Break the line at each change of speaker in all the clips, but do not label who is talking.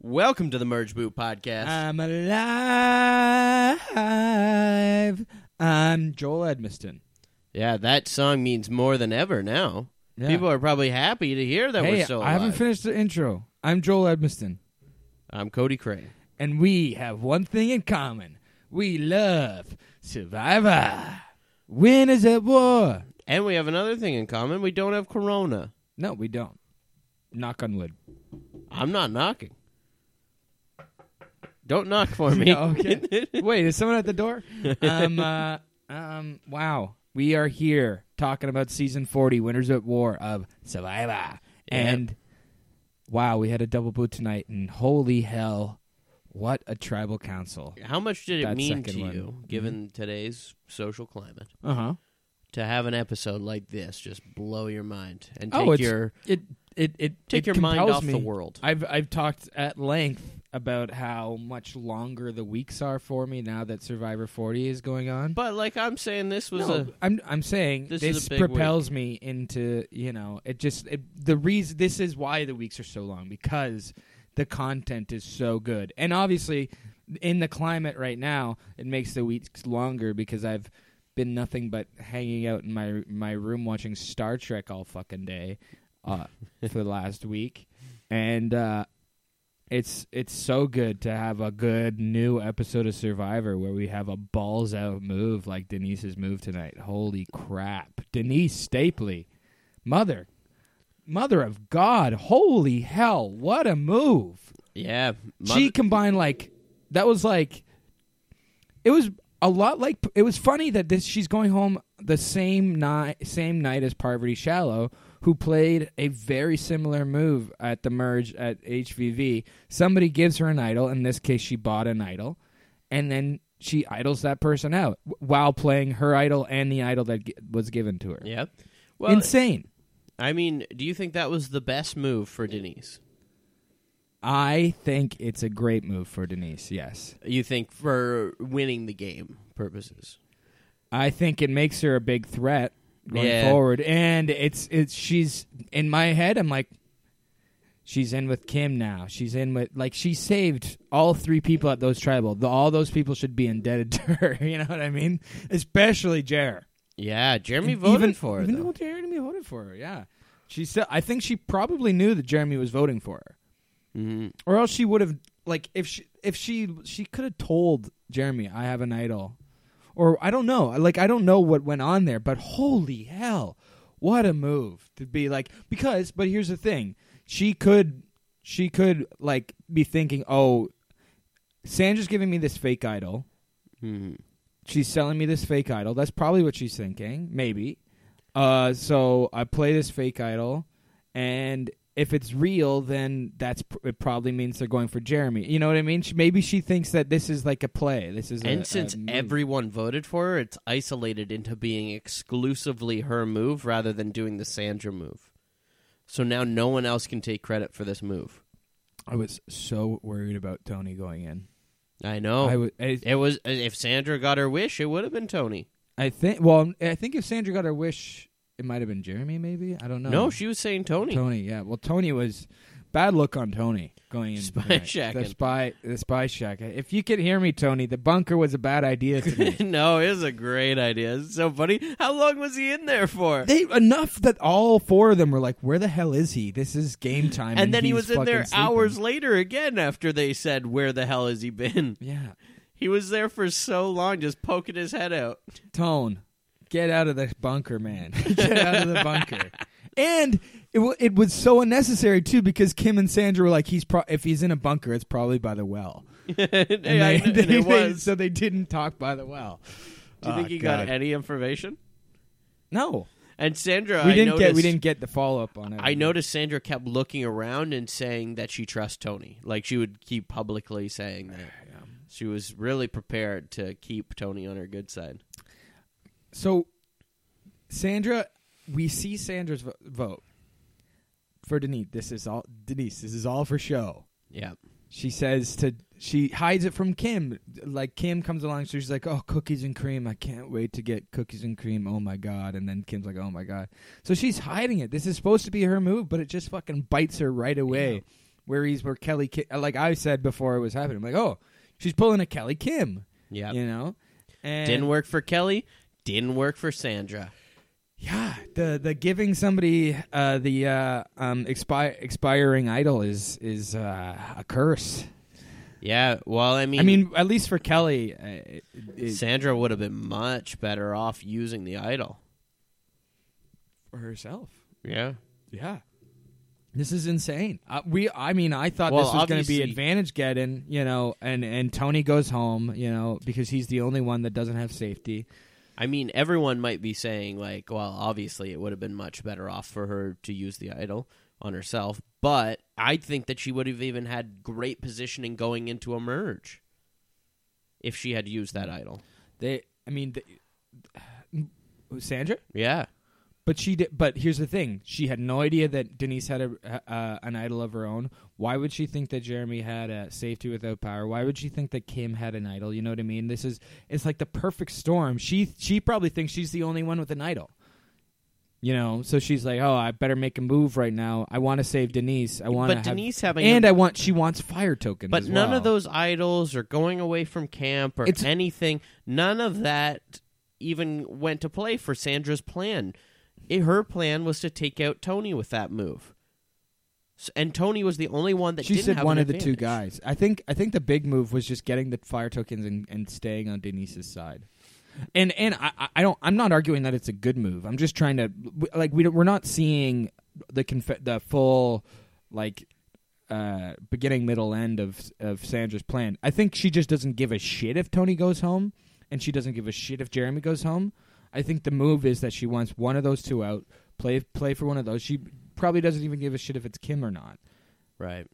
Welcome to the Merge Boot Podcast.
I'm alive. I'm Joel Edmiston.
yeah, that song means more than ever now.
Yeah.
People are probably happy to hear that
hey,
we're still alive.
I haven't finished the intro. I'm Joel Edmiston,
I'm Cody Cray.
and we have one thing in common: we love Survivor. Winners at War.
And we have another thing in common. We don't have corona.
No, we don't. Knock on wood.
I'm not knocking. Don't knock for me.
Yeah, Oh, okay. Wait, is someone at the door? Um, uh, um, wow. We are here talking about season 40, Winners at War of Survivor. And wow, we had a double boot tonight, and holy hell, what a tribal council.
How much did it
That
mean to
second one. Mm-hmm.
you, given today's social climate,
Uh huh.
to have an episode like this just blow your mind and take
Oh, it's-
your
It, it, it,
take
it
your mind
compels
off
me.
the world?
I've, I've talked at length about how much longer the weeks are for me now that Survivor 40 is going on.
But like I'm saying, this was
no,
a
I'm I'm saying
this
this,
is a big
propels me into you know it just it, the reason this is why the weeks are so long because the content is so good and obviously in the climate right now it makes the weeks longer because I've been nothing but hanging out in my my room watching Star Trek all fucking day uh, for the last week and uh, it's it's so good to have a good new episode of Survivor where we have a balls out move like Denise's move tonight. Holy crap. Denise Stapley. Mother. Mother of God. Holy hell. What a move.
yeah.
she combined like that was like it was a lot like it was funny that this she's going home the same night same night as Parvati Shallow who played a very similar move at the merge at HVV somebody gives her an idol in this case she bought an idol and then she idols that person out w- while playing her idol and the idol that gi- was given to her
yeah. Well,
insane
I mean, do you think that was the best move for Denise?
i think it's a great move for denise yes
You think for winning the game purposes?
I think it makes her a big threat going
Yeah.
forward. And it's it's she's in my head. I'm like, she's in with Kim now. She's in with like she saved all three people at those tribal. The, all those people should be indebted to her. You know what I mean? Especially Jer.
Yeah, Jeremy
And
voted
even,
for it.
Even
though.
though Jeremy voted for her, yeah. She still. I think she probably knew that Jeremy was voting for her,
Mhm.
or else she would have like if she if she she could have told Jeremy, "I have an idol," or I don't know. Like I don't know what went on there, but holy hell, what a move to be like. Because, but here's the thing: she could she could like be thinking, "Oh, Sandra's giving me this fake idol."
Mhm.
she's selling me this fake idol. That's probably what she's thinking, maybe. Uh, so I play this fake idol, and if it's real, then that's pr- it. Probably means they're going for Jeremy. You know what I mean? She, maybe she thinks that this is like a play. This is a-
And
a
since
move.
everyone voted for her, it's isolated into being exclusively her move rather than doing the Sandra move. So now no one else can take credit for this move.
I was so worried about Tony going in.
I know.
I was. I,
it was if Sandra got her wish, it would have been Tony.
I think. Well, I think if Sandra got her wish, it might have been Jeremy. Maybe I don't know.
No, she was saying
Tony, yeah. Well, Tony was bad look on Tony going in.
Spy
tonight.
shacking.
The spy, the spy shack. If you could hear me, Tony, the bunker was a bad idea to me.
no, it was a great idea. It's so funny. How long was he in there for?
they enough that all four of them were like, "Where the hell is he? This is game time."
and then he
he's
was in there
fucking sleeping.
hours later again after they said, Where the hell has he been?
Yeah,
He was there for so long just poking his head out.
Tone, get out of the bunker, man. get out of the bunker. And it wa it was so unnecessary too because Kim and Sandra were like, "He's pro- if he's in a bunker, it's probably by the well."
Yeah,
And
I
they-
kn- and
they-
it
they- Oh,
was.
so they didn't talk by the well.
Do you think he got any information?
No,
And Sandra,
we
Uh, I
didn't
noticed,
get we didn't get the follow up on it.
I noticed Sandra kept looking around and saying that she trusts Tony. Like she would keep publicly saying that. She was really prepared to keep Tony on her good side.
So, Sandra, we see Sandra's vo- vote for Denise. This is all Denise. This is all for show.
Yeah.
She says to she hides it from Kim. Like Kim comes along, so she's like, "Oh, cookies and cream! I can't wait to get cookies and cream! Oh my god!" And then Kim's like, "Oh my god!" So she's hiding it. This is supposed to be her move, but it just fucking bites her right away. where he's where Kelly Ki- like I said before it was happening. I'm like, oh, she's pulling a Kelly Kim,
Yeah.
you know. And
Didn't work for Kelly. Didn't work for Sandra.
Yeah, the the giving somebody uh, the uh, um, expi- expiring idol is is uh, a curse.
Yeah. Well, I mean,
I mean, at least for Kelly, uh, it, it,
Sandra would have been much better off using the idol.
for herself.
Yeah.
Yeah. This is insane. Uh, we, I mean, I thought
Well,
this was going to be
obviously-
advantage getting, you know, and and Tony goes home, you know, because he's the only one that doesn't have safety.
I mean, everyone might be saying like, well, obviously it would have been much better off for her to use the idol on herself, but I think that she would have even had great positioning going into a merge if she had used that idol.
They, I mean, the, Sandra.
Yeah.
But she did. But here's the thing: she had no idea that Denise had a uh, an idol of her own. Why would she think that Jeremy had a safety without power? Why would she think that Kim had an idol? You know what I mean? This is it's like the perfect storm. She she probably thinks she's the only one with an idol. You know, so she's like, "Oh, I better make a move right now. I want to save Denise. I want to."
But Denise having
and
a,
I want she wants fire tokens.
but
as
none
well.
of those idols or going away from camp or
It's-
anything, none of that even went to play for Sandra's plan. It, her plan was to take out Tony with that move. S- And Tony was the only one that
She
didn't
said
have
one
an
of the two
advantage.
guys. I think I think the big move was just getting the fire tokens and, and staying on Denise's side. And and I, I- I don't I'm not arguing that it's a good move. I'm just trying to like we don't, we're not seeing the conf- the full like uh, beginning middle end of of Sandra's plan. I think she just doesn't give a shit if Tony goes home, and she doesn't give a shit if Jeremy goes home. I think the move is that she wants one of those two out. Play play for one of those. She probably doesn't even give a shit if it's Kim or not.
Right.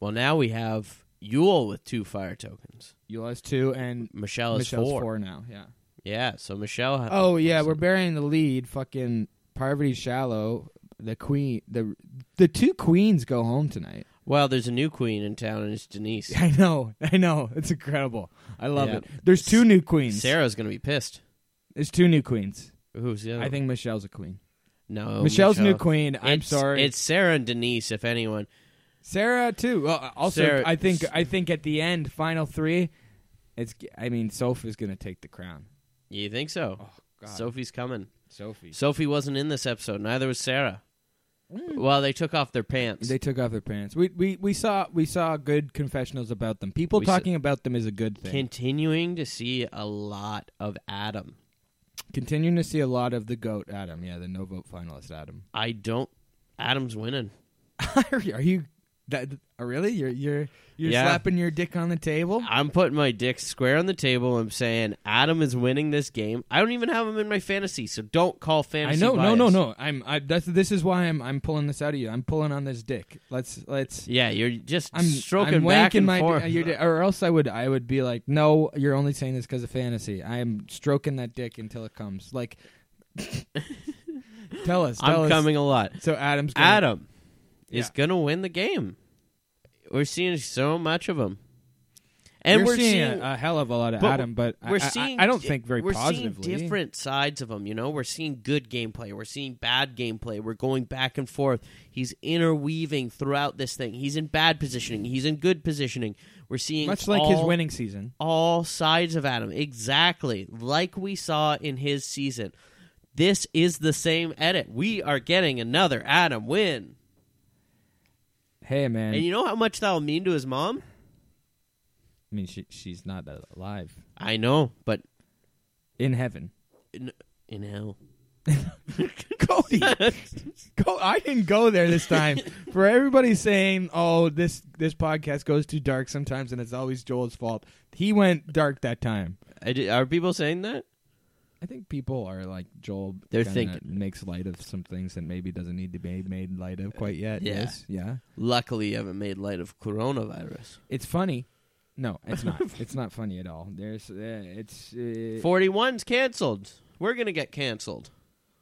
Well, now we have Yule with two fire tokens.
Yule has two, and
Michelle is
Michelle's
four.
four. now. Yeah.
Yeah, so Michelle. ha-
Oh yeah, we're burying the lead. Fucking poverty shallow. The queen, the the two queens go home tonight.
well, there's a new queen in town, and it's Denise.
I know, I know. It's incredible. I love
Yeah.
it. There's two new queens.
Sarah's gonna be pissed.
There's two new queens.
Who's the other?
I think Michelle's a queen.
no.
Michelle's
Oh. Michelle.
new queen. I'm
It's-
sorry.
It's Sarah and Denise, if anyone.
Sarah too. Well, uh, also,
Sarah-
I think I think at the end, final three, it's. I mean, Sophie's gonna take the crown.
You think so?
Oh God,
Sophie's coming.
Sophie.
Sophie wasn't in this episode. Neither was Sarah.
Mm.
Well, they took off their pants.
They took off their pants. We we, we saw we saw good confessionals about them. People
We saw-
talking about them is a good thing.
Continuing to see a lot of Adam.
Continuing to see a lot of the goat Adam. Yeah, the no vote finalist Adam.
I don't. Adam's winning.
Are you? Are you that, uh, really? You're you're you're
Yeah.
slapping your dick on the table.
I'm putting my dick square on the table. I'm saying Adam is winning this game. I don't even have him in my fantasy, so don't call
I
fantasy.
know. No,
bias.
no, no. I'm. I, that's this is why I'm. I'm pulling this out of you. I'm pulling on this dick. Let's let's.
Yeah, you're just
I'm
stroking
I'm
back
wanking
and
my di-
forth.
uh, your di- or else I would I would be like, no, you're only saying this because of fantasy. I am stroking that dick until it comes. Like, tell us. Tell
I'm
us.
coming a lot.
So Adam's gonna,
Adam is
Yeah.
gonna win the game. We're seeing so much of him, and
you're
we're
seeing,
seeing
a hell of a lot of
but
Adam, but I-
we're
I, I-
seeing
I, don't
di-
think very
we're
positively.
seeing different sides of him you know we're seeing good gameplay we're seeing bad gameplay we're going back and forth he's interweaving throughout this thing he's in bad positioning he's in good positioning we're seeing
Much like
all,
his winning season.
all sides of adam exactly like we saw in his season this is the same edit we are getting another adam win
Hey man,
and you know how much that will mean to his mom
I mean she, she's not alive
i know but
in heaven.
in, in hell
Cody, go, I didn't go there this time. For everybody saying, "Oh, this this podcast goes too dark sometimes, and it's always Joel's fault." He went dark that time.
I di- are people saying that
I think people are like Joel.
They're
kinda
thinking-
makes light of some things that maybe doesn't need to be made light of quite yet.
Yeah.
Yes, yeah.
Luckily, you haven't made light of coronavirus.
It's funny. No, it's not. it's not funny at all. There's, uh, it's. Uh,
41's canceled. We're going to get canceled.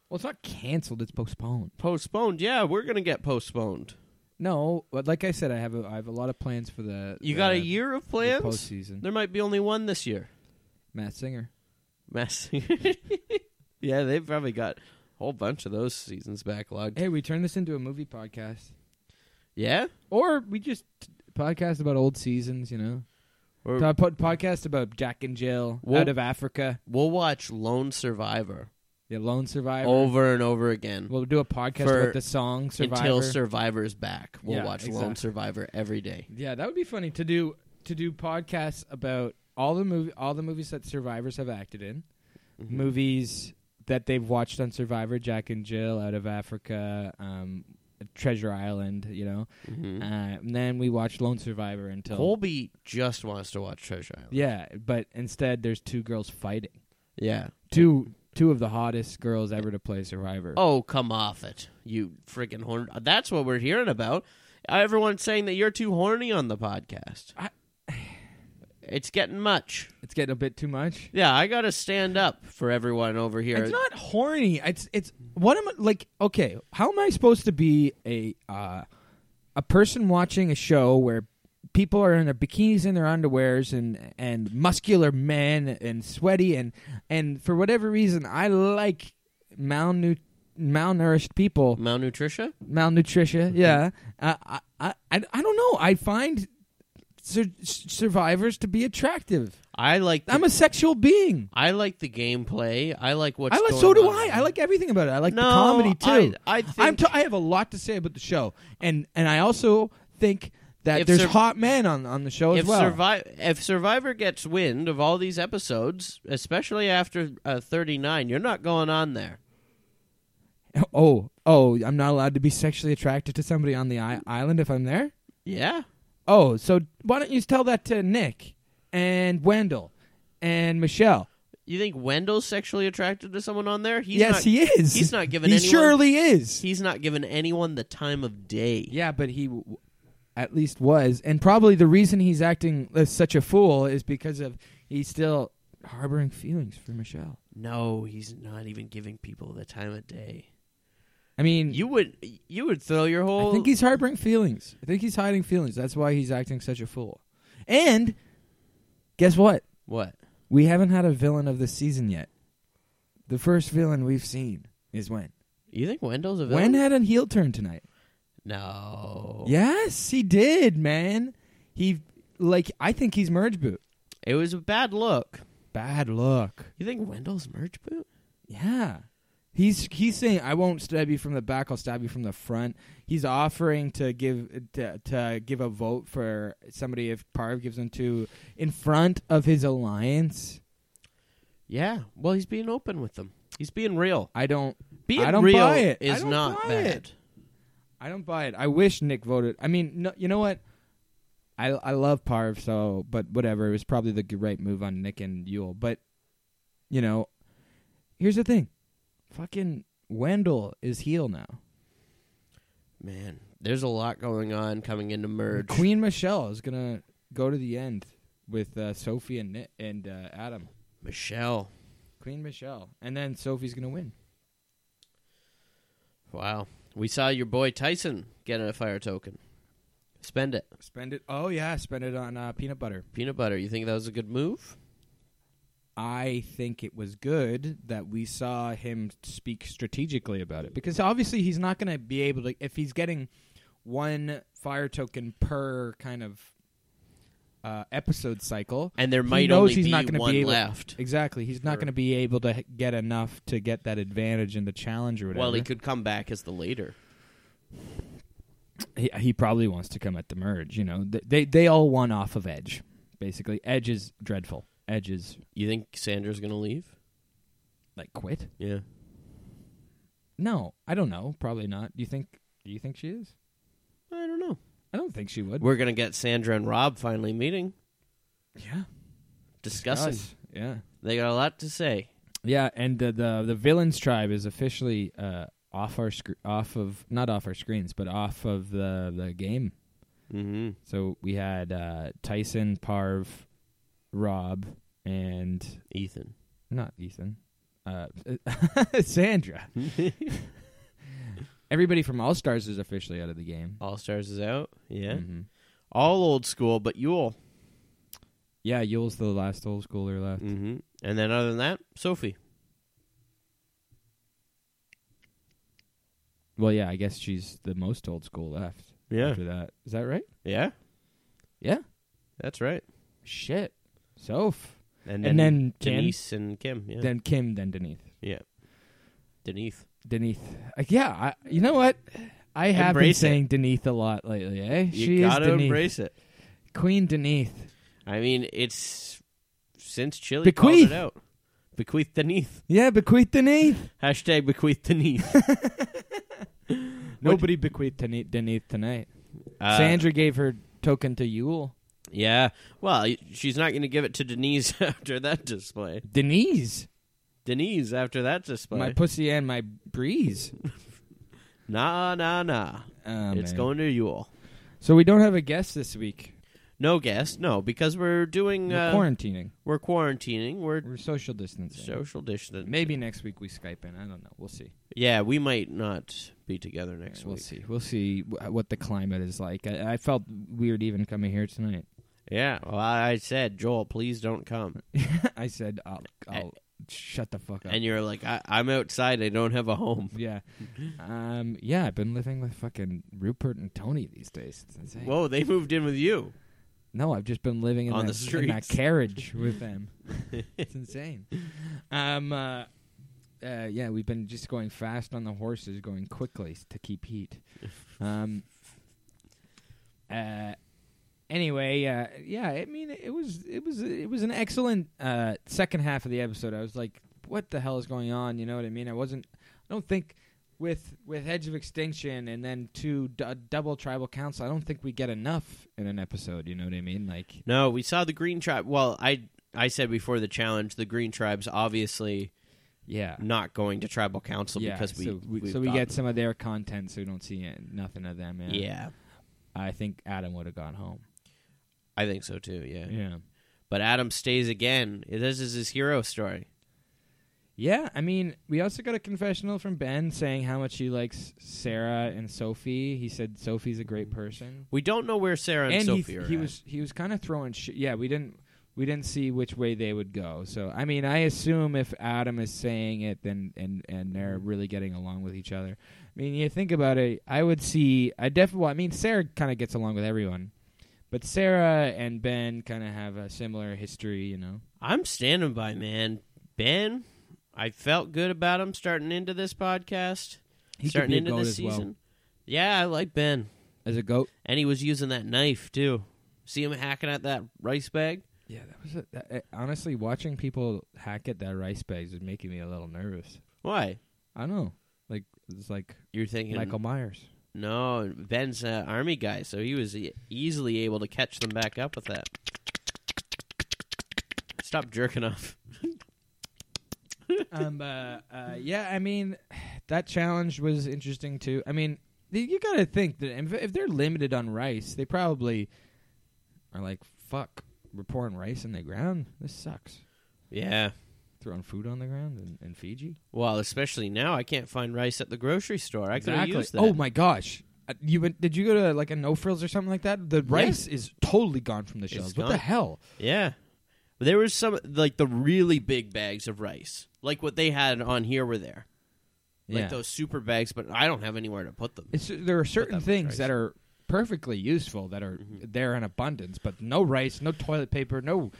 well, it's not canceled. It's postponed.
Postponed. Yeah, we're going to get postponed.
No, but like I said, I have a, I have a lot of plans for the.
You
the-
got a year of
the
plans?
postseason.
There might be only one this year.
Matt Singer.
Mass. yeah, they've probably got a whole bunch of those seasons backlogged.
Hey, we turned this into a movie podcast.
Yeah?
Or we just podcast about old seasons, you know.
Or-
Pod- pod- podcast about Jack and Jill
Well-
out of Africa,
We'll watch Lone Survivor
the lone survivor.
over and over again
We'll do a podcast
For-
about the song Survivor.
until Survivor's back. We'll
Yeah,
watch
exactly.
Lone Survivor every day.
yeah, that would be funny to do to do podcasts about all the movie all the movies that survivors have acted in,
Mm-hmm.
movies that they've watched on Survivor, Jack and Jill out of Africa, um, Treasure Island, you know.
Mhm.
Uh, and then we watch Lone Survivor until
Colby just wants to watch Treasure Island.
yeah, but instead there's two girls fighting.
Yeah.
Two two of the hottest girls ever to play Survivor.
Oh, come off it, you freaking horn. That's what we're hearing about. Everyone's saying that you're too horny on the podcast.
I-
It's getting much.
It's getting a bit too much.
Yeah, I got to stand up for everyone over here.
It's not horny. It's it's what am I like? Okay, how am I supposed to be a uh, a person watching a show where people are in their bikinis and their underwears and and muscular men and sweaty and and for whatever reason I like malnu- malnourished people,
Malnutrition?
malnutrition.
Mm-hmm.
Yeah, uh, I, I I I don't know. I find sur- survivors to be attractive.
I like the,
I'm a sexual being.
I like the gameplay. I like what's
I like,
going
so do
on.
I. I like everything about it. I like
no,
the comedy too.
I, I
I, am
think
t- I have a lot to say about the show, and and I also think that
If
there's
Sur-
hot men on on the show
if
as well.
Survi- if Survivor gets wind of all these episodes, especially after uh, 39, you're not going on there.
oh oh, I'm not allowed to be sexually attracted to somebody on the I- island if I'm there.
Yeah.
Oh, so why don't you tell that to Nick and Wendell and Michelle?
You think Wendell's sexually attracted to someone on there? He's
yes,
not,
he is.
he's not giving
He
anyone-
surely is.
He's not giving anyone the time of day.
Yeah, but he w- at least was, and probably the reason he's acting as such a fool is because of he's still harboring feelings for Michelle.
No, he's not even giving people the time of day.
I mean,
You would you would throw your whole
I think he's harboring feelings. I think he's hiding feelings. That's why he's acting such a fool. And guess what?
what?
We haven't had a villain of the season yet. The first villain we've seen is when.
You think Wendell's a villain?
When had a heel turn tonight.
no.
Yes, he did, man. He like I think he's merge boot.
It was a bad look.
Bad luck.
You think Wendell's merch boot?
Yeah. He's he's saying I won't stab you from the back, I'll stab you from the front. He's offering to give to, to give a vote for somebody if Parv gives him to in front of his alliance.
Yeah. Well, he's being open with them. He's being real.
I don't
Being
don't
real
buy it. I
is
don't
not
buy
bad.
it. I don't buy it. I wish Nick voted. I mean, no, you know what? I I love Parv so, but whatever. It was probably the g- right move on Nick and Yule, but you know, here's the thing. Fucking Wendell is heel now.
Man, there's a lot going on coming into merge.
Queen Michelle is gonna go to the end with uh, Sophie and Ni- and uh, Adam.
Michelle.
Queen Michelle, and then Sophie's gonna win.
Wow. We saw your boy Tyson get a fire token. Spend it.
Spend it. Oh yeah, spend it on uh, peanut butter.
Peanut butter. You think that was a good move?
I think it was good that we saw him speak strategically about it because obviously he's not gonna be able to if he's getting one fire token per kind of uh, episode cycle.
And there
He
might
knows
only
he's
be
not gonna
one
be able-
left.
Exactly, he's not
Sure.
going to be able to h- get enough to get that advantage in the challenge or whatever.
Well, he could come back as the leader.
he, he probably wants to come at the merge. You know, Th- they they all won off of Edge. Basically, Edge is dreadful. Edge is
You think Sandra's going to leave?
like quit.
Yeah.
No, I don't know. Probably not. Do you think? Do you think she is?
I don't know.
I don't think she would.
We're going to get Sandra and Rob finally meeting,
yeah,
discussing.
us. Yeah,
They got a lot to say.
yeah. And the the, the villains tribe is officially uh, off our sc- off of not off our screens, but off of the the game.
Mm-hmm.
So we had uh, Tyson, Parv, Rob, and
Ethan.
not Ethan, uh, Sandra. Everybody from All Stars is officially out of the game.
All Stars is out. Oh, Yeah.
Mhm.
All old school, but Yule.
Yeah, Yule's the last old schooler left.
Mm-hmm. And then other than that, Sophie.
Well, yeah, I guess she's the most old school left.
Yeah.
after that. Is that right?
Yeah.
Yeah.
That's right.
Shit. Soph.
And then,
And then Kim.
Denise and Kim. Yeah.
Then Kim, then Denise.
Denise.
Denise. Like, yeah, I, you know what? I have
Embrace it.
been saying Denise a lot lately, eh?
You
she
gotta
is Denise.
embrace it.
Queen Denise.
I mean, it's since Chile
Bequeath.
called it out. Bequeath Denise.
Yeah, bequeath Denise.
Hashtag bequeath Denise.
Nobody bequeathed Denise, Denise tonight.
Uh,
Sandra gave her token to Yule.
Yeah. Well, y- she's not going to give it to Denise after that display.
Denise.
Denise after that display.
My pussy and my breeze.
nah, nah, nah.
Oh,
it's
man.
going to Yule.
So we don't have a guest this week.
No guest, no, because we're doing.
We're
uh,
quarantining.
we're quarantining. We're
We're social distancing.
social distancing.
Maybe next week we Skype in. I don't know. We'll see.
Yeah, we might not be together next
we'll
week.
see. We'll see wh- what the climate is like. I, I felt weird even coming here tonight.
Yeah. Well, I I said, Joel, please don't come.
I said, I'll, I'll shut the fuck up.
And you're like, I- I'm outside. I don't have a home.
yeah. Um, yeah, I've been living with fucking Rupert and Tony these days. It's insane.
Whoa, they moved in with you.
No, I've just been living in,
On
that,
the
in that
streets.
carriage with them. it's insane. Um, uh, uh, yeah, we've been just going fast on the horses, going quickly s- to keep heat. Um, uh, anyway, uh, yeah, I mean, it was it was it was an excellent uh, second half of the episode. I was like, what the hell is going on? You know what I mean? I wasn't. I don't think. With with Edge of Extinction and then two d- double tribal council, I don't think we get enough in an episode. You know what I mean? Like
No, we saw the Green Tribe. Well, I I said before the challenge, the Green Tribe's obviously
Yeah.
not going to Tribal Council because we,
so
we've
so we
got
get
them.
some of their content, so we don't see it- nothing of them. Yeah,
Yeah.
I think Adam would have gone home.
I think so too. Yeah.
Yeah,
but Adam stays again. This is his hero story.
yeah. I mean, we also got a confessional from Ben saying how much he likes Sarah and Sophie. He said Sophie's a
Mm.
great person,
We don't know where Sarah and,
and
Sophie
he,
are.
he
at.
was he was kind of throwing shit. Yeah, we didn't we didn't see which way they would go. So I mean, I assume if Adam is saying it, then and and
Mm-hmm.
they're really getting along with each other. I mean, you think about it. I would see. I definitely. Well, I mean, Sarah kind of gets along with everyone, but Sarah and Ben kind of have a similar history. You know.
I'm standing by, man. Ben, I felt good about him starting into this podcast,
He
starting
could be
into
a goat
this
as well.
season. Yeah, I like Ben,
as a goat.
and he was using that knife too. See him hacking at that rice bag.
Yeah, that was a, that, uh, honestly watching people hack at that rice bags is making me a little nervous.
Why?
I don't know. Like it's like
You're thinking
Michael Myers.
No, Ben's an army guy, so he was e- easily able to catch them back up with that. Stop jerking off.
um, uh, uh, yeah, I mean, that challenge was interesting too. I mean, th- you got to think that if, if they're limited on rice, they probably are like, "Fuck, we're pouring rice in the ground. This sucks."
Yeah.
Throwing food on the ground in, in Fiji.
Well, especially now, I can't find rice at the grocery store. I could have used that.
Oh my gosh. Uh, You went, did you go to like a no frills or something like that? The rice is totally gone from the
It's
shelves. What the
gone.
hell?
Yeah. There was some like the really big bags of rice, like what they had on here were there, like
yeah.
those super bags. But I don't have anywhere to put them.
It's, there are certain
much
things
rice. Mm-hmm.
that are perfectly useful that are there in abundance, but no rice, no toilet paper, no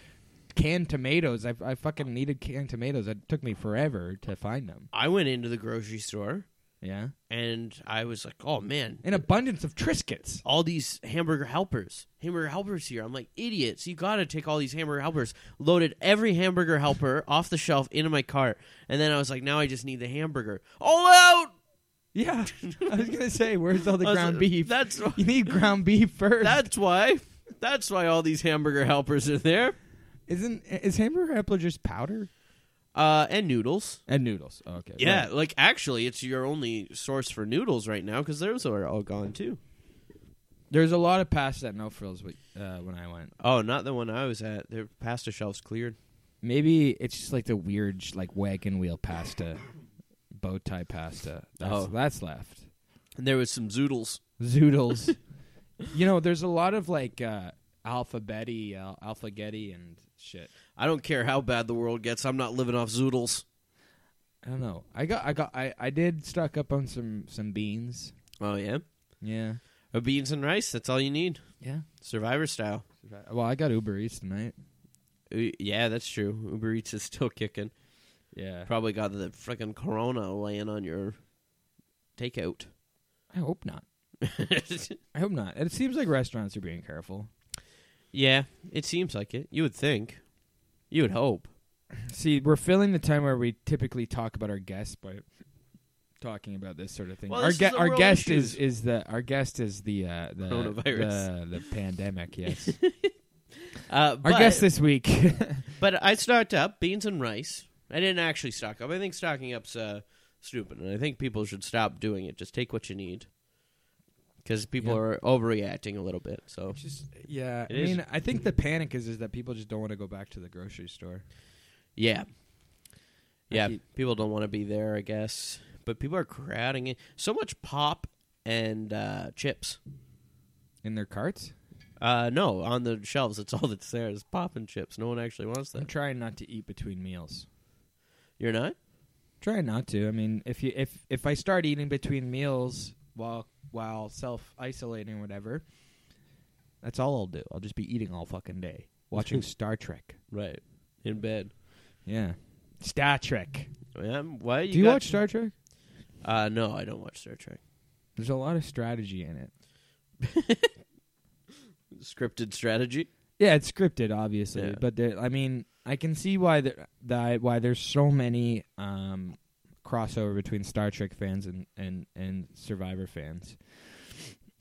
canned tomatoes. I, I fucking needed canned tomatoes. It took me forever to find them.
I went into the grocery store
Yeah,
and I was like, "Oh man,
an abundance of Triscuits.
all these hamburger helpers, hamburger helpers here. I'm like, idiots, you gotta take all these hamburger helpers. Loaded every hamburger helper off the shelf into my cart. And then I was like, now I just need the hamburger. All out!
Yeah, I was gonna say, where's all the
I was
ground
like,
beef?
That's why,
you need ground beef first.
that's why. That's why all these hamburger helpers are there.
Isn't is hamburger helper just powder
Uh, and noodles.
and noodles? Oh, okay,
Yeah,
right.
like actually, it's your only source for noodles right now because those are all gone too.
There's a lot of pasta at no frills wi- uh, when I went.
Oh, not the one I was at. Their pasta shelves cleared.
Maybe it's just like the weird, sh- like wagon wheel pasta, bow tie pasta. That's,
Oh.
that's left.
And there was some zoodles.
Zoodles. you know, there's a lot of like uh, alphabetti, uh, alphagetti, and shit.
I don't care how bad the world gets. I'm not living off zoodles.
I don't know. I got, I got, I, I did stock up on some some beans.
Oh yeah.
Yeah,
It A beans and rice. That's all you need.
Yeah.
Survivor style.
Well, I got Uber Eats tonight.
Uh, Yeah, that's true. Uber Eats is still kicking.
Yeah.
Probably got the freaking corona laying on your takeout.
I hope not. I hope not. It seems like restaurants are being careful.
yeah, it seems like it. You would think. You would hope.
See, we're filling the time where we typically talk about our guests by talking about this sort of thing.
Well,
our
this is the
our
real
guest
issues.
is is the our guest is the uh, the
Coronavirus.
the, the pandemic. Yes,
Uh,
our
but,
guest this week.
but I stocked up beans and rice. I didn't actually stock up. I think stocking up's uh, stupid, and I think people should stop doing it. Just take what you need, because people
Yeah.
are overreacting a little bit. So
just yeah,
It
I
is-
mean, I think the panic is is that people just don't want to go back to the grocery store.
Yeah. Yeah,
keep-
people don't want to be there, I guess. But people are crowding in. So much pop and uh, chips.
In their carts?
Uh, no, on the shelves, that's all that's there is pop and chips. No one actually wants
I'm
that.
trying not to eat between meals.
You're not?
Trying not to. I mean, if you if if I start eating between meals while while self isolating or whatever, that's all I'll do. I'll just be eating all fucking day, watching Star Trek.
Right. In bed.
Yeah, Star Trek.
Yeah, why you
do you
got-
watch Star Trek?
Uh, no, I don't watch Star Trek.
There's a lot of strategy in it.
Scripted strategy.
Yeah, it's scripted, obviously,
Yeah.
but there, I mean, I can see why there, that why there's so many um, crossover between Star Trek fans and and and Survivor fans.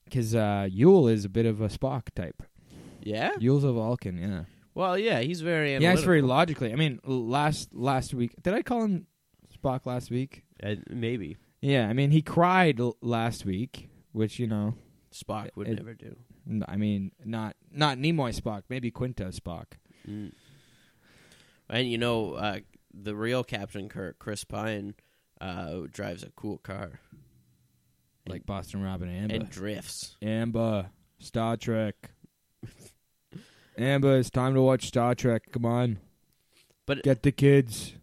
Because uh, Yule is a bit of a Spock type.
Yeah?
Yule's a Vulcan, yeah.
Well, yeah, he's very
He acts
analytical.
very logically. I mean, l- last last week, did I call him Spock last week?
Uh, maybe.
Yeah, I mean, he cried l- last week, which you know,
Spock would
It-
never do.
n- I mean, not not Nimoy Spock, maybe Quinto Spock.
Mm. And you know, uh, the real Captain Kirk, Chris Pine, uh, drives a cool car And-
like Boston Robin
and,
Amber.
drifts.
Amber, Star Trek. Amber, it's time to watch Star Trek. Come on,
But
get the kids.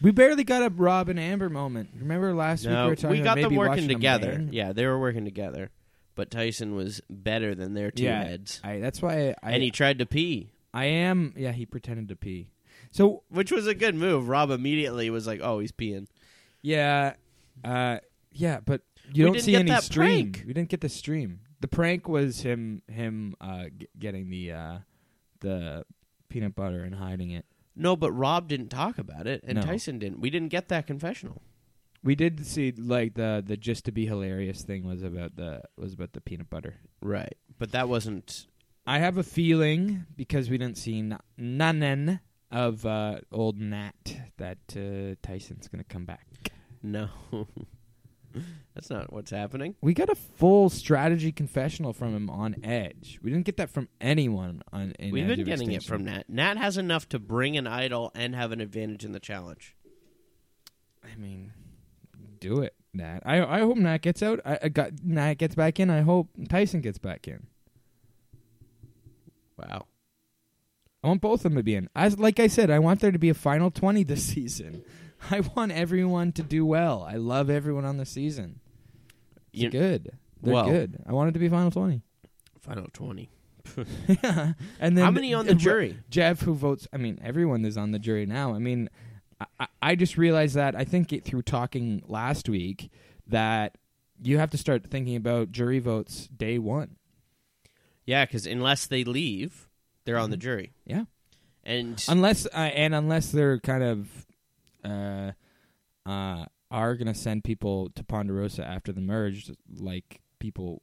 We barely got a Rob and Amber moment. Remember last week we
no,
were
we,
talking about
got them
maybe
working
watching a
together.
man?
yeah, they were working together. But Tyson was better than their two
Yeah.
heads,
I, that's why I,
and he tried to pee,
I am. Yeah, he pretended to pee. So
which was a good move. Rob immediately was like, "Oh, he's peeing."
yeah, uh, yeah, but
We
you don't
didn't
see
get
any
that
stream.
prank.
We didn't get the stream. The prank was him him uh, g- getting the uh, the peanut butter and hiding it.
No, but Rob didn't talk about it, and
No.
Tyson didn't. We didn't get that confessional.
We did see like the the just to be hilarious thing was about the was about the peanut butter.
Right, but that wasn't.
I have a feeling because we didn't see n- none of uh, old Nat that uh, Tyson's gonna come back.
No, that's not what's happening.
We got a full strategy confessional from him on Edge. We didn't get that from anyone on. In
We've
Edge
been
of
getting it
Extinction.
from Nat. Nat has enough to bring an idol and have an advantage in the challenge.
I mean, do it, Nat. I I hope Nat gets out. I, I got Nat gets back in. I hope Tyson gets back in.
Wow.
I want both of them to be in. As like I said, I want there to be a final twenty this season. I want everyone to do well. I love everyone on the season. It's
You-
good. They're
well-
good. I want it to be final twenty.
Final 20.
and then
How many on the jury?
Jeff, who votes. I mean, everyone is on the jury now. I mean, I- I, I just realized that I think it, through talking last week that you have to start thinking about jury votes day one.
Yeah, because unless they leave, they're on the jury.
Mm-hmm. Yeah.
And
unless uh, and unless they're kind of uh, uh, are going to send people to Ponderosa after the merge, like people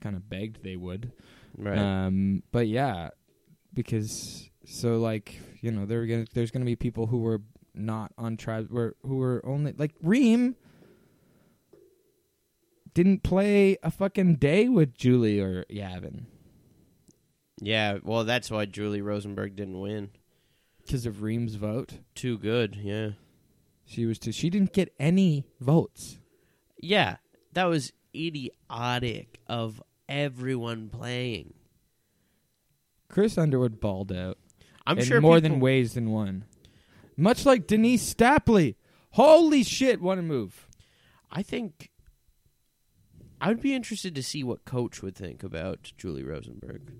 kind of begged they would.
right.
Um, but yeah, because so like you know there are gonna, there's going to be people who were not on tribes were who were only like Reem didn't play a fucking day with Julie or Yavin
yeah, well, that's why Julie Rosenberg didn't win.
because of Reem's vote.
Too good, yeah.
She was too. She didn't get any votes.
Yeah, that was idiotic of everyone playing.
Chris Underwood balled out
I'm
in
sure
more
people-
than ways than one. Much like Denise Stapley. Holy shit, what a move.
I think I would be interested to see what coach would think about Julie Rosenberg.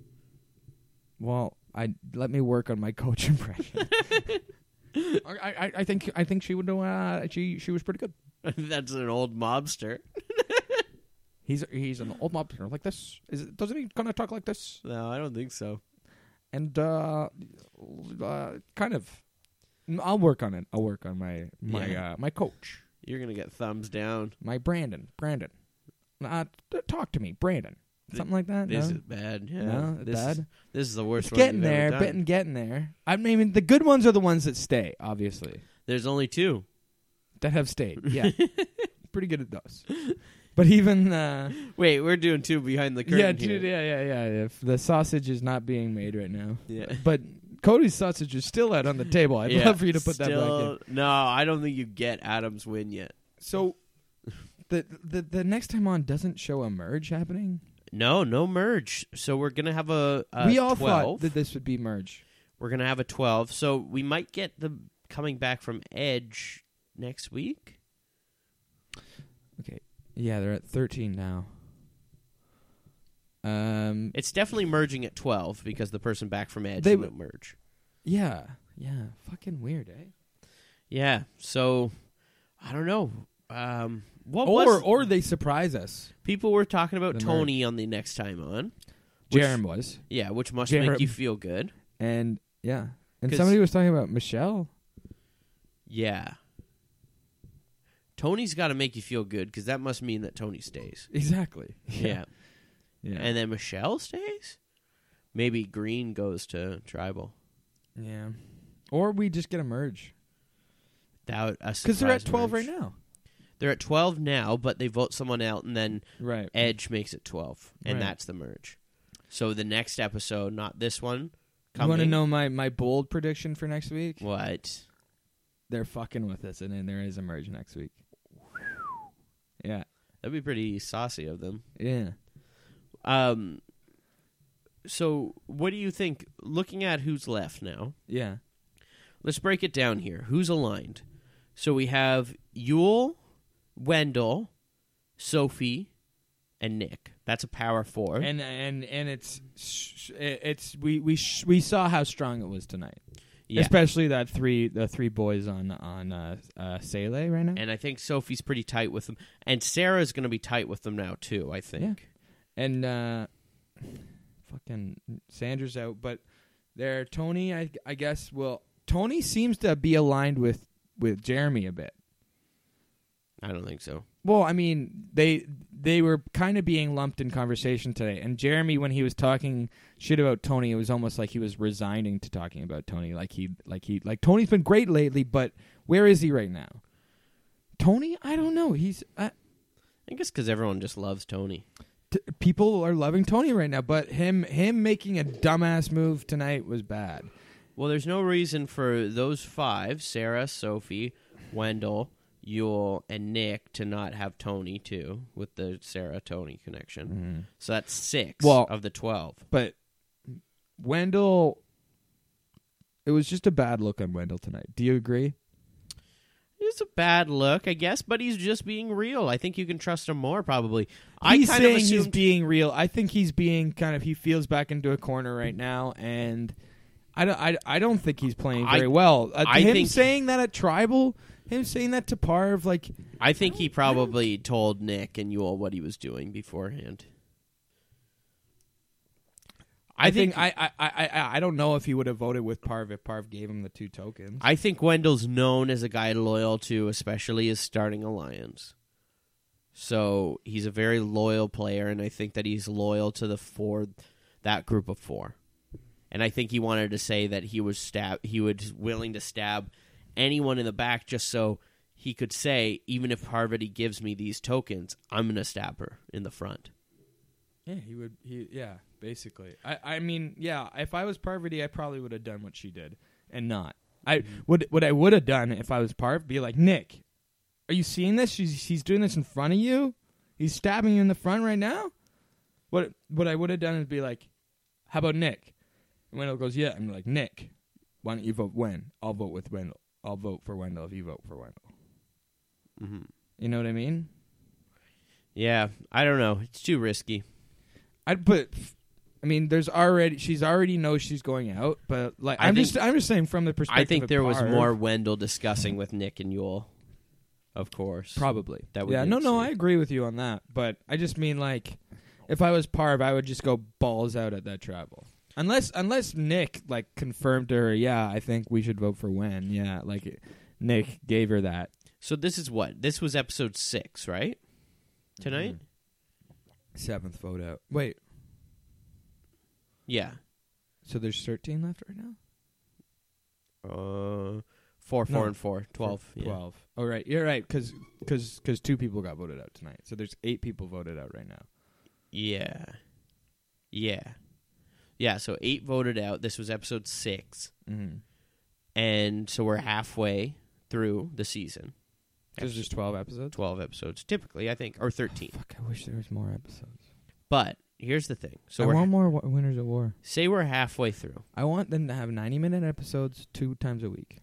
Well, I let me work on my coach impression. I, I, I think I think she would know. Uh, she she was pretty good.
That's an old mobster.
He's he's an old mob like this. Is it, doesn't he kind of talk like this?
No, I don't think so.
And uh, uh, kind of. Mm, I'll work on it. I'll work on my my
Yeah.
uh, my coach,
You're gonna get thumbs down.
my Brandon. Brandon, uh, t- talk to me, Brandon.
Th-
Something like that.
This
no?
is bad. Yeah,
No,
this
bad.
Is, this is the worst
It's
one
getting
you've ever
there,
done.
getting getting there. I mean, the good ones are the ones that stay, obviously,
There's only two.
that have stayed. Yeah, pretty good at those. But even uh,
Wait, we're doing two behind the curtain.
yeah,
here.
dude, yeah, yeah, yeah. If the sausage is not being made right now,
yeah.
but Cody's sausage is still out on the table. I'd
Yeah,
love for you to put that
still-
back in.
No, I don't think you get Adam's win yet.
So. The, the the next time on doesn't show a merge happening.
No, no merge. So we're gonna have a, a
we all
12.
thought that this would be merge.
we're gonna have a twelve. So we might get the coming back from Edge next week.
Yeah, they're at thirteen now. Um.
It's definitely merging at twelve because the person back from Edge
They
didn't merge.
Yeah. Yeah. Fucking weird, eh?
Yeah. So I don't know. Um, what
or
was
or they surprise us.
people were talking about
The
Tony on the next time on? Which-
Jerem was,
Yeah, which must
Jared.
make you feel good.
and yeah, and
'Cause-
somebody was talking about Michelle.
Yeah. Tony's got to make you feel good because that must mean that Tony stays.
Exactly.
Yeah.
Yeah.
And then Michelle stays? Maybe Green goes to Tribal.
yeah. Or we just get a merge
That uh,
because they're at twelve right now.
They're at 12 now, but they vote someone out, and then
Right.
Edge makes it 12, and
Right.
that's the merge. So the next episode, not this one,
You want to
coming-
know my my bold prediction for next week?
What?
They're fucking with us, and then there is a merge next week. Yeah.
That'd be pretty saucy of them.
Yeah.
Um. So, what do you think? Looking at who's left now,
Yeah.
let's break it down here. Who's aligned? So we have Yule, Wendell, Sophie, and Nick. That's a power four.
And and and it's sh- it's we we sh- we saw how strong it was tonight.
yeah.
Especially that three the three boys on on uh, uh Sele right now.
and I think Sophie's pretty tight with them. And Sarah's going to be tight with them now, too, I think.
and uh fucking Sanders out, but there Tony I I guess will Tony seems to be aligned with with Jeremy a bit.
I don't think so.
Well, I mean, they they were kind of being lumped in conversation today. And Jeremy when he was talking shit about Tony, it was almost like he was resigning to talking about Tony like he like he like Tony's been great lately, but where is he right now? Tony, I don't know. He's I,
I guess because everyone just loves Tony.
t- people are loving Tony right now, but him him making a dumbass move tonight was bad.
Well, there's no reason for those five Sarah, Sophie, Wendell, Yule, and Nick to not have Tony, too, with the Sarah Tony connection. So that's six
Mm. Well-
of the 12.
But Wendell, it was just a bad look on Wendell tonight. Do you agree?
It's a bad look, I guess, but he's just being real. I think you can trust him more, probably. I
he's
kind
saying
of
he's
assumed
being real. I think he's being kind of he feels back into a corner right now, and I don't I, I don't think he's playing
I-
very well. Uh,
I
him
think-
saying that at Tribal, him saying that to Parv, like
I think he probably told Nick and Yule what he was doing beforehand.
I, think, I, I I I I don't know if he would have voted with Parv if Parv gave him the two tokens.
I think Wendell's known as a guy loyal to, especially his starting alliance. So he's a very loyal player, and I think that he's loyal to the four, that group of four. And I think he wanted to say that he was stab, he was willing to stab anyone in the back just so he could say, even if Parvati gives me these tokens, I'm gonna stab her in the front.
Yeah, he would. He yeah, basically. I I mean, yeah. If I was Parvati, I probably would have done what she did and not. I would what I would have done if I was Parv be like Nick. Are you seeing this? She's she's doing this in front of you. He's stabbing you in the front right now. What what I would have done is be like, how about Nick? And Wendell goes, yeah. I'm like Nick. Why don't you vote Wen? I'll vote with Wendell. I'll vote for Wendell if you vote for Wendell.
Mm-hmm.
You know what I mean?
Yeah, I don't know. It's too risky.
I'd put. I mean, there's already she's already knows she's going out, but like
I
I'm
think-
just I'm just saying from the perspective.
I think
of
there was
Parv,
more Wendell discussing with Nick and Yule. Of course.
probably.
That would
yeah,
make
no, no, I
sense.
agree with you on that, but I just mean like if I was Parv, I would just go balls out at that travel. Unless unless Nick like confirmed to her, yeah, I think we should vote for Wen. Yeah, like Nick gave her that.
So this is what? This was episode 6, right? Tonight?
Mm-hmm. Seventh vote out. Wait,
Yeah.
so there's 13 left right now.
Uh 4 4
No.
and 4, 12. yeah.
12. Oh, right. You're right. Because cause, cause two people got voted out tonight. So there's eight people voted out right now.
Yeah. Yeah. Yeah, so 8 voted out. This was episode 6.
Mm-hmm.
And so we're halfway through the season.
There's just 12 episodes?
12 episodes typically, I think, or 13.
Fuck, I wish there was more episodes.
But here's the thing. So
I
we're
want more wa- Winners of War.
say we're halfway through.
I want them to have 90 minute episodes two times a week.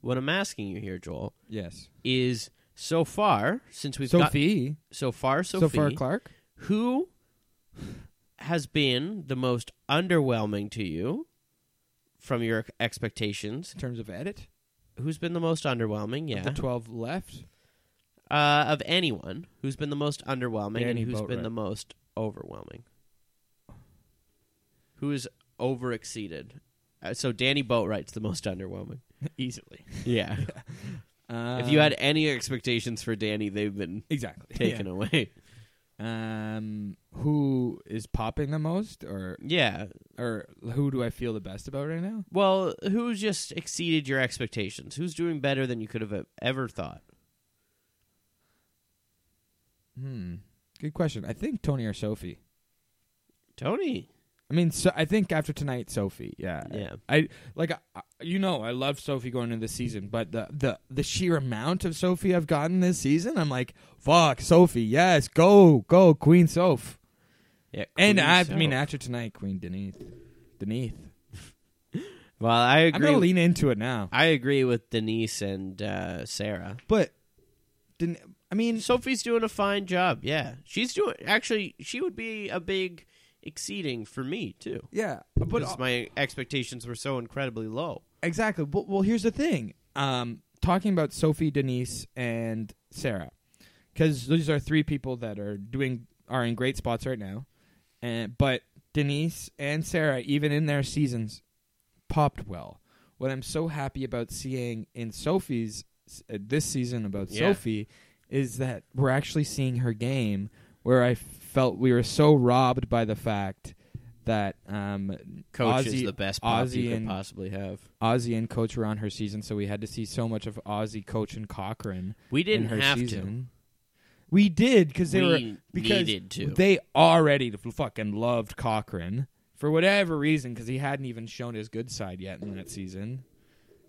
What I'm asking you here, Joel,
Yes.
is so far since we've got
Sophie.
so far Sophie,
so far, Clark.
who has been the most underwhelming to you from your expectations?
In terms of edit.
Who's been the most underwhelming?
Of the
Yeah,
12 left.
uh, of anyone who's been the most underwhelming
Danny
and who's been
Boatwright.
the most overwhelming? Who is over exceeded? Uh, so Danny Boatwright's the most underwhelming.
Easily.
Yeah,
Um,
if you had any expectations for Danny, they've been
Exactly.
taken away.
Yeah. Um, who is popping the most, or
Yeah,
or who do I feel the best about right now?
Well, who's just exceeded your expectations? Who's doing better than you could have ever thought?
Hmm. Good question. I think Tony or Sophie.
Tony.
I mean, so I think after tonight, Sophie. Yeah.
Yeah.
I like I, you know I love Sophie going into this season, but the the the sheer amount of Sophie I've gotten this season, I'm like, fuck Sophie, yes, go go Queen Soph.
Yeah.
and
Queen
I, I
Soap.
mean after tonight, Queen Denise. Denise.
well, I
I'm
agree.
gonna
with-
lean into it now,
I agree with Denise and uh, Sarah.
but Den- I mean,
Sophie's doing a fine job. Yeah, she's doing. Actually, she would be a big exceeding for me too.
yeah, but
Because my expectations were so incredibly low.
Exactly. Well, well here's the thing. Um, talking about Sophie, Denise, and Sarah, because these are three people that are doing are in great spots right now. And but Denise and Sarah, even in their seasons, popped well. What I'm so happy about seeing in Sophie's uh, this season about
Yeah.
Sophie is that we're actually seeing her game. Where I felt we were so robbed by the fact that um,
Coach
Ozzy-
is the best pop
Ozzy
you could
and-
possibly have.
Ozzy and Coach were on her season, so we had to see so much of Ozzy, Coach, and Cochran.
We didn't
in her
have
season. We did because
to.
they
We
were because
needed to.
they already fucking loved Cochran for whatever reason because he hadn't even shown his good side yet in that season.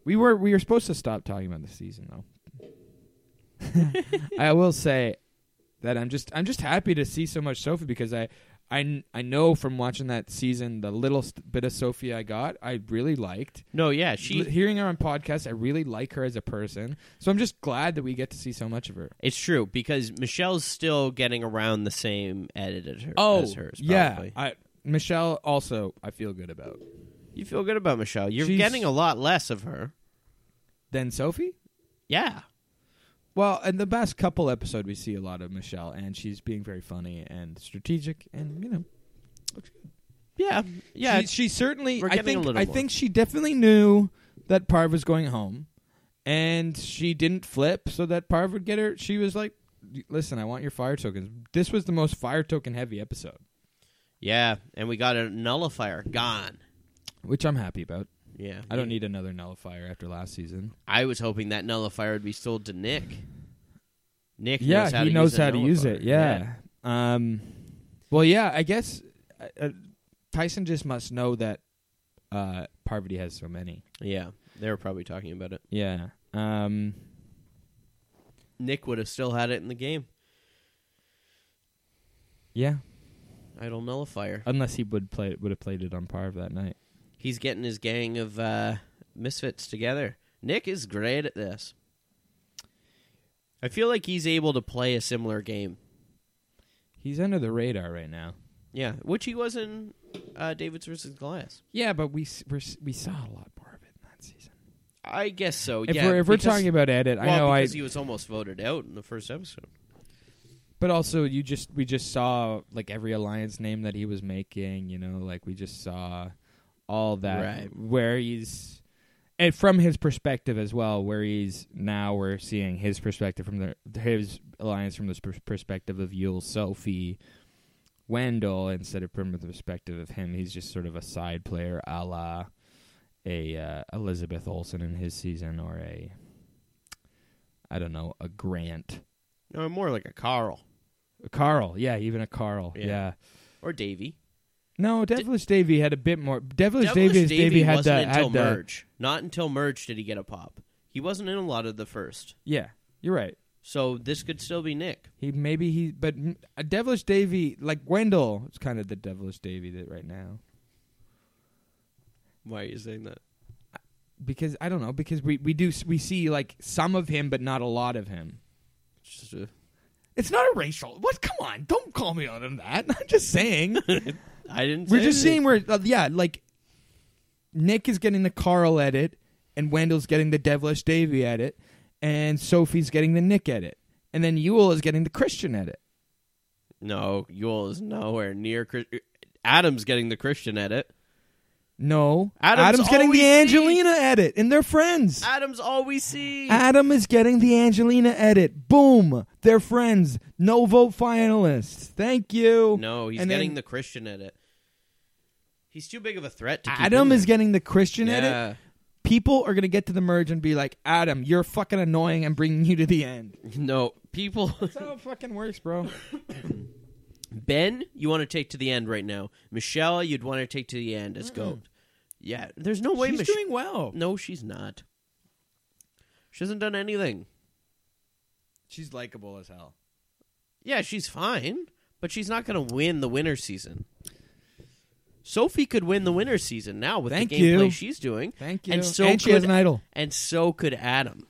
We were we were supposed to stop talking about the season though. I will say that I'm just I'm just happy to see so much Sophie because I I, kn- I know from watching that season the little st- bit of Sophie I got I really liked
no, yeah, she
L- hearing her on podcasts, I really like her as a person. So I'm just glad that we get to see so much of her.
It's true because Michelle's still getting around the same edit as, her, as hers.
Oh, yeah.
Probably.
I, Michelle also, I feel good about.
you feel good about Michelle. You're
She's-
getting a lot less of her.
Then Sophie?
Yeah,
Well, in the best couple episode, we see a lot of Michelle, and she's being very funny and strategic, and you know,
yeah, yeah.
She, she certainly.
we're
I
getting a
think.
little
I
more.
think she definitely knew that Parv was going home, and she didn't flip so that Parv would get her. She was like, "Listen, I want your fire tokens." This was the most fire token heavy episode,
yeah, and we got a nullifier gone.
which I'm happy about.
Yeah,
I don't need another nullifier after last season.
I was hoping that nullifier would be sold to Nick. Nick, knows how
yeah, he
to
knows
use a
how to use it.
nullifier.
Yeah. Um, well, yeah, I guess uh, uh, Tyson just must know that uh, Parvati has so many.
yeah, Yeah, They were probably talking about it.
Yeah. Um,
Nick would have still had it in the game.
yeah.
Idle nullifier.
Unless he would play would have played it on Parv that night.
He's getting his gang of uh, misfits together. Nick is great at this. I feel like he's able to play a similar game
He's under the radar right now.
Yeah, which he was in uh, David's versus Glass.
Yeah, but we s- we're, s- we saw a lot more of it in that season.
I guess so.
If
yeah,
we're if we're
because-
talking about edit,
well,
I know I.
because he was almost voted out in the first episode.
but also, you just we just saw like every alliance name that he was making. You know, like we just saw all that
Right.
where he's and from his perspective as well. Where he's now, we're seeing his perspective from the his alliance from the pers- perspective of Yule, Sophie, Wendell, instead of from the perspective of him. He's just sort of a side player, a la a uh, Elizabeth Olsen in his season, or a I don't know, a Grant.
No, more like a Carl
Carl, yeah, even a Carl,
Yeah.
yeah.
or Davy.
No, Devilish Davy had a bit more. Devilish,
Devilish
Davy, as Davy had
wasn't
the
until
had the
merge. Not until merge did he get a pop. He wasn't in a lot of the first,
yeah. You're right.
so this could still be Nick.
He maybe he, but mm, a Devilish Davy like Wendell is kind of the Devilish Davy that right now
Why are you saying that?
because I don't know because we we do s- we see like some of him but not a lot of him.
It's just a-
It's not a racial. What? Come on! Don't call me on him that. I'm just saying.
I didn't.
We're
say anything.
just seeing where, uh, yeah, like Nick is getting the Carl edit, and Wendell's getting the Devilish Davy edit, and Sophie's getting the Nick edit, and then Yule is getting the Christian edit.
No, Yule is nowhere near. Chris- Adam's getting the Christian edit.
No,
Adam's
getting
always
the
seen-
Angelina edit, and they're friends.
Adam's always seen.
Adam is getting the Angelina edit. Boom, they're friends. No vote finalists. Thank you.
no, he's
And
getting
then-
the Christian edit. He's too big of a threat to. Keep
Adam
in
is getting the Christian
there.
edit. People are gonna get to the merge and be like, Adam, you're fucking annoying. I'm bringing you to the end.
Yeah. No, people.
That's how it fucking works, bro.
Ben, you want to take to the end right now. Michelle, you'd want to take to the end as goat. Yeah, there's no way.
She's
Mich-
doing well.
no, she's not. She hasn't done anything.
She's likable as hell.
Yeah, she's fine, but she's not going to win the winter season. Sophie could win the winter season now with
Thank
the
you.
gameplay she's doing.
Thank you.
And
And,
so
she
could-
has an idol.
and so could Adam.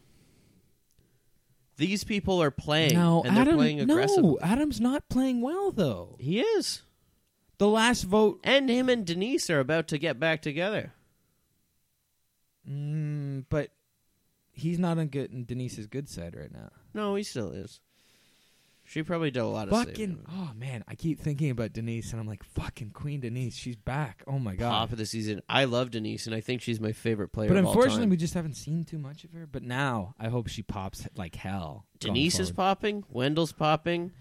These people are playing, and they're playing aggressively.
no, Adam's not playing well though.
He is,
The last vote,
and him and Denise are about to get back together.
mm, but he's not on good on Denise's good side right now.
No, he still is. She probably did a lot of
Fucking
saving.
oh man, I keep thinking about Denise and I'm like, fucking Queen Denise, she's back. Oh my
top
god.
of the season. I love Denise, and I think she's my favorite player.
But
of all
unfortunately,
time.
we just haven't seen too much of her. But now, I hope she pops like hell. going
Denise is
forward.
popping, Wendell's popping,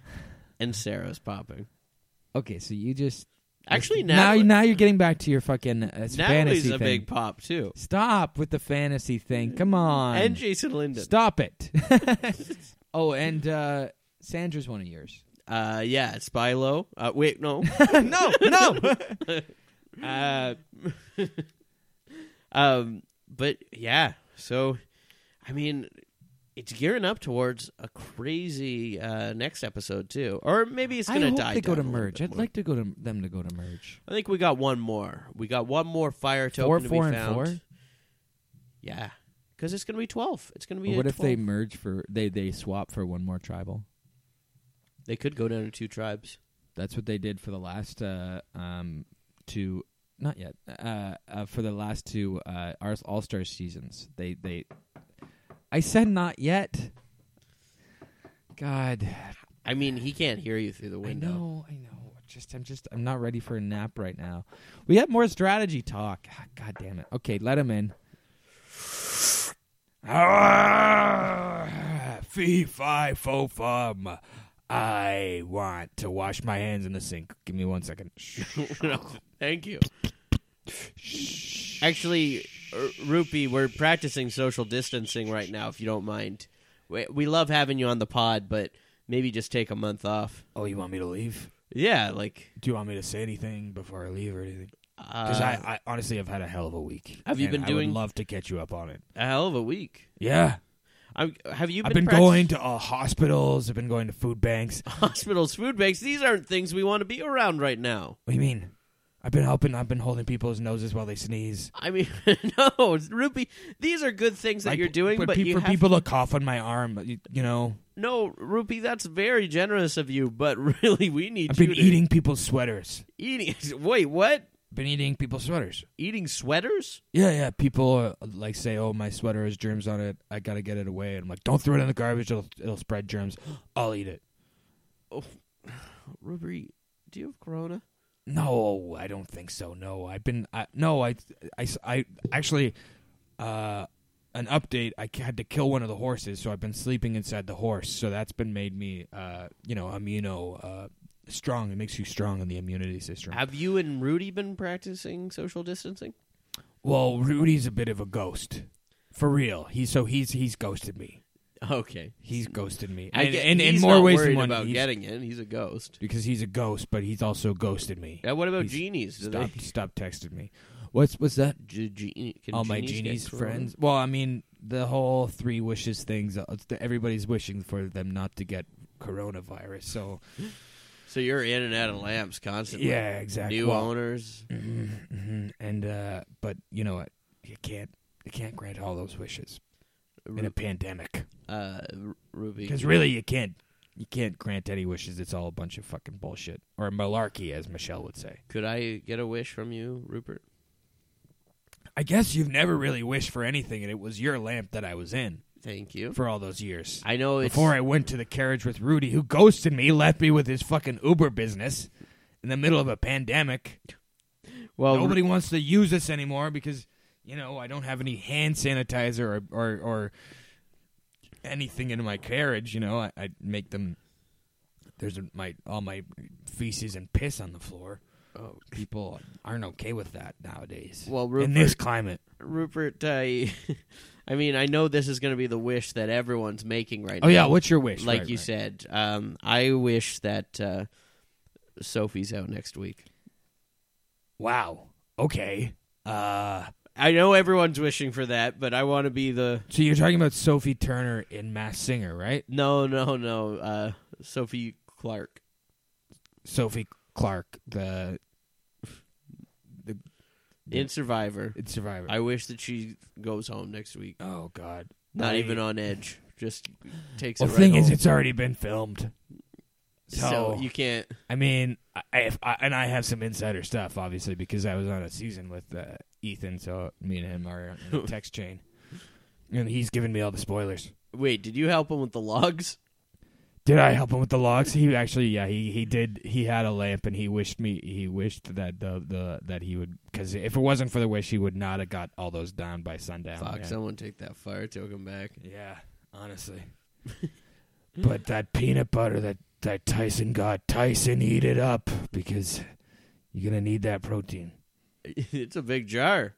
and Sarah's popping.
okay. So you just
Actually,
now
Natalie-
now you're getting back to your fucking uh,
Natalie's
fantasy
a
thing.
big pop too,
Stop with the fantasy thing. Come on.
and Jason Linden.
Stop it. oh, and uh, Sandra's one of yours.
Uh, yeah, it's Spylo. Uh, wait, no,
no, no.
uh, um, but yeah, so I mean, it's gearing up towards a crazy uh, next episode too, or maybe it's
I
gonna
hope
die.
they go
down
to
a little
merge.
bit
I'd
more.
like to go to them to go to merge.
I think we got one more. We got one more fire token
Four,
to
four,
be
and
found.
four?
Yeah, because it's gonna be twelve. It's gonna be.
But
a
what if
12.
they merge for they they swap for one more tribal?
They could go down to two tribes.
That's what they did for the last uh, um two not yet uh, uh for the last two uh All Star seasons. They they I said not yet. God,
I mean, he can't hear you through the window.
I know, I know. Just I'm just I'm not ready for a nap right now. We have more strategy talk. Ah, God damn it. Okay, let him in.
Ah,
Fee fi fo fum. I want to wash my hands in the sink. Give me one second.
No, Thank you. Actually, R- Rupi, we're practicing social distancing right now. If you don't mind, we, we love having you on the pod, but maybe just take a month off.
Oh, you want me to leave?
Yeah, like
Do you want me to say anything before I leave or anything? Because
uh,
I, I honestly have had a hell of a week.
Have you
and
been
I would
doing-
love to catch you up on it.
a hell of a week.
Yeah,
I'm, have you been?
I've been
practic-
going to uh, hospitals. I've been going to food banks.
hospitals, food banks. These aren't things we want to be around right now.
What do you mean?
I've been helping. I've been holding people's noses while they sneeze.
I mean, no, Ruby. These are good things that
Like,
you're doing,
for
but
pe-
you
for
have
people to cough on my arm, you, you know,
no, Ruby. That's very generous of you, but really, we need
I've
you
been
to-
eating people's sweaters.
Eating. Wait, what?
Been eating people's sweaters.
Eating sweaters?
Yeah, yeah. People uh, like say, "Oh, my sweater has germs on it. I gotta get it away." And I'm like, "Don't throw it in the garbage. It'll, it'll spread germs. I'll eat it."
Ruby, do you have corona?
No, I don't think so. No, I've been. I, no, I, I, I actually, uh, an update. I had to kill one of the horses, so I've been sleeping inside the horse. So that's been made me, uh, you know, immuno uh, strong. It makes you strong in the immunity system.
Have you and Rudy been practicing social distancing?
Well, Rudy's a bit of a ghost, for real. He so he's he's ghosted me.
Okay.
He's ghosted me,
I
and,
get-
and, and
he's
more
not
ways
worried
than one.
about
He's-
getting it. He's a ghost.
because he's a ghost, but he's also ghosted me.
Yeah, what about
He's-
genies? Do
Stop,
they-
stop texting me. What's what's that?
G- genie- can
all my
get
genies
corona?
friends. Well, I mean, the whole three wishes things. uh, it's the- Everybody's wishing for them not to get coronavirus. So
So you're in and out of lamps constantly.
yeah, exactly.
New
Well,
owners.
mhm, mhm. and uh, but you know what? You can't you can't grant all those wishes in a
Ru-
pandemic
uh, Ru- Ruby.
because really you can't you can't grant any wishes. It's all a bunch of fucking bullshit or malarkey, as Michelle would say.
Could I get a wish from you, Rupert?
I guess you've never really wished for anything, and it was your lamp that I was in
Thank you.
for all those years.
I know it's
before I went to the carriage with Rudy, who ghosted me, left me with his fucking Uber business in the middle of a pandemic.
well. Oh, Ru-
Nobody wants to use us anymore because you know I don't have any hand sanitizer or or, or anything in my carriage. You know I, I make them. There's my all my feces and piss on the floor.
oh,
People aren't okay with that nowadays.
well,
in
Rupert.
this climate,
Rupert, I, I mean, I know this is going to be the wish that everyone's making right
oh
now.
yeah, what's your wish?
like
Right,
you
right.
said, um, I wish that uh, Sophie's out next week.
Wow. Okay. Uh,
I know everyone's wishing for that, but I want to be the
so you're talking about Sophie Turner in Mass Singer, right?
no, no, no, uh, Sophie Clark.
Sophie Clark, the
In Survivor,
it's Survivor.
I wish that she goes home next week.
oh God,
Not
I-
even on edge. Just takes
Well,
it right
thing is,
home.
it's Oh. already been filmed.
so
So,
you can't.
I mean, I, if I and I have some insider stuff, obviously, because I was on a season with uh, Ethan. So me and him are in a text chain, and he's giving me all the spoilers.
Wait, did you help him with the logs?
Did I help him with the logs? He actually, yeah, he, he did. He had a lamp, and he wished me. He wished that the, the that he would because if it wasn't for the wish, he would not have got all those down by sundown.
Fuck!
yeah.
Someone take that fire token back.
Yeah, honestly. but that peanut butter that, that Tyson got, Tyson, eat it up because you're going to need that protein.
it's a big jar.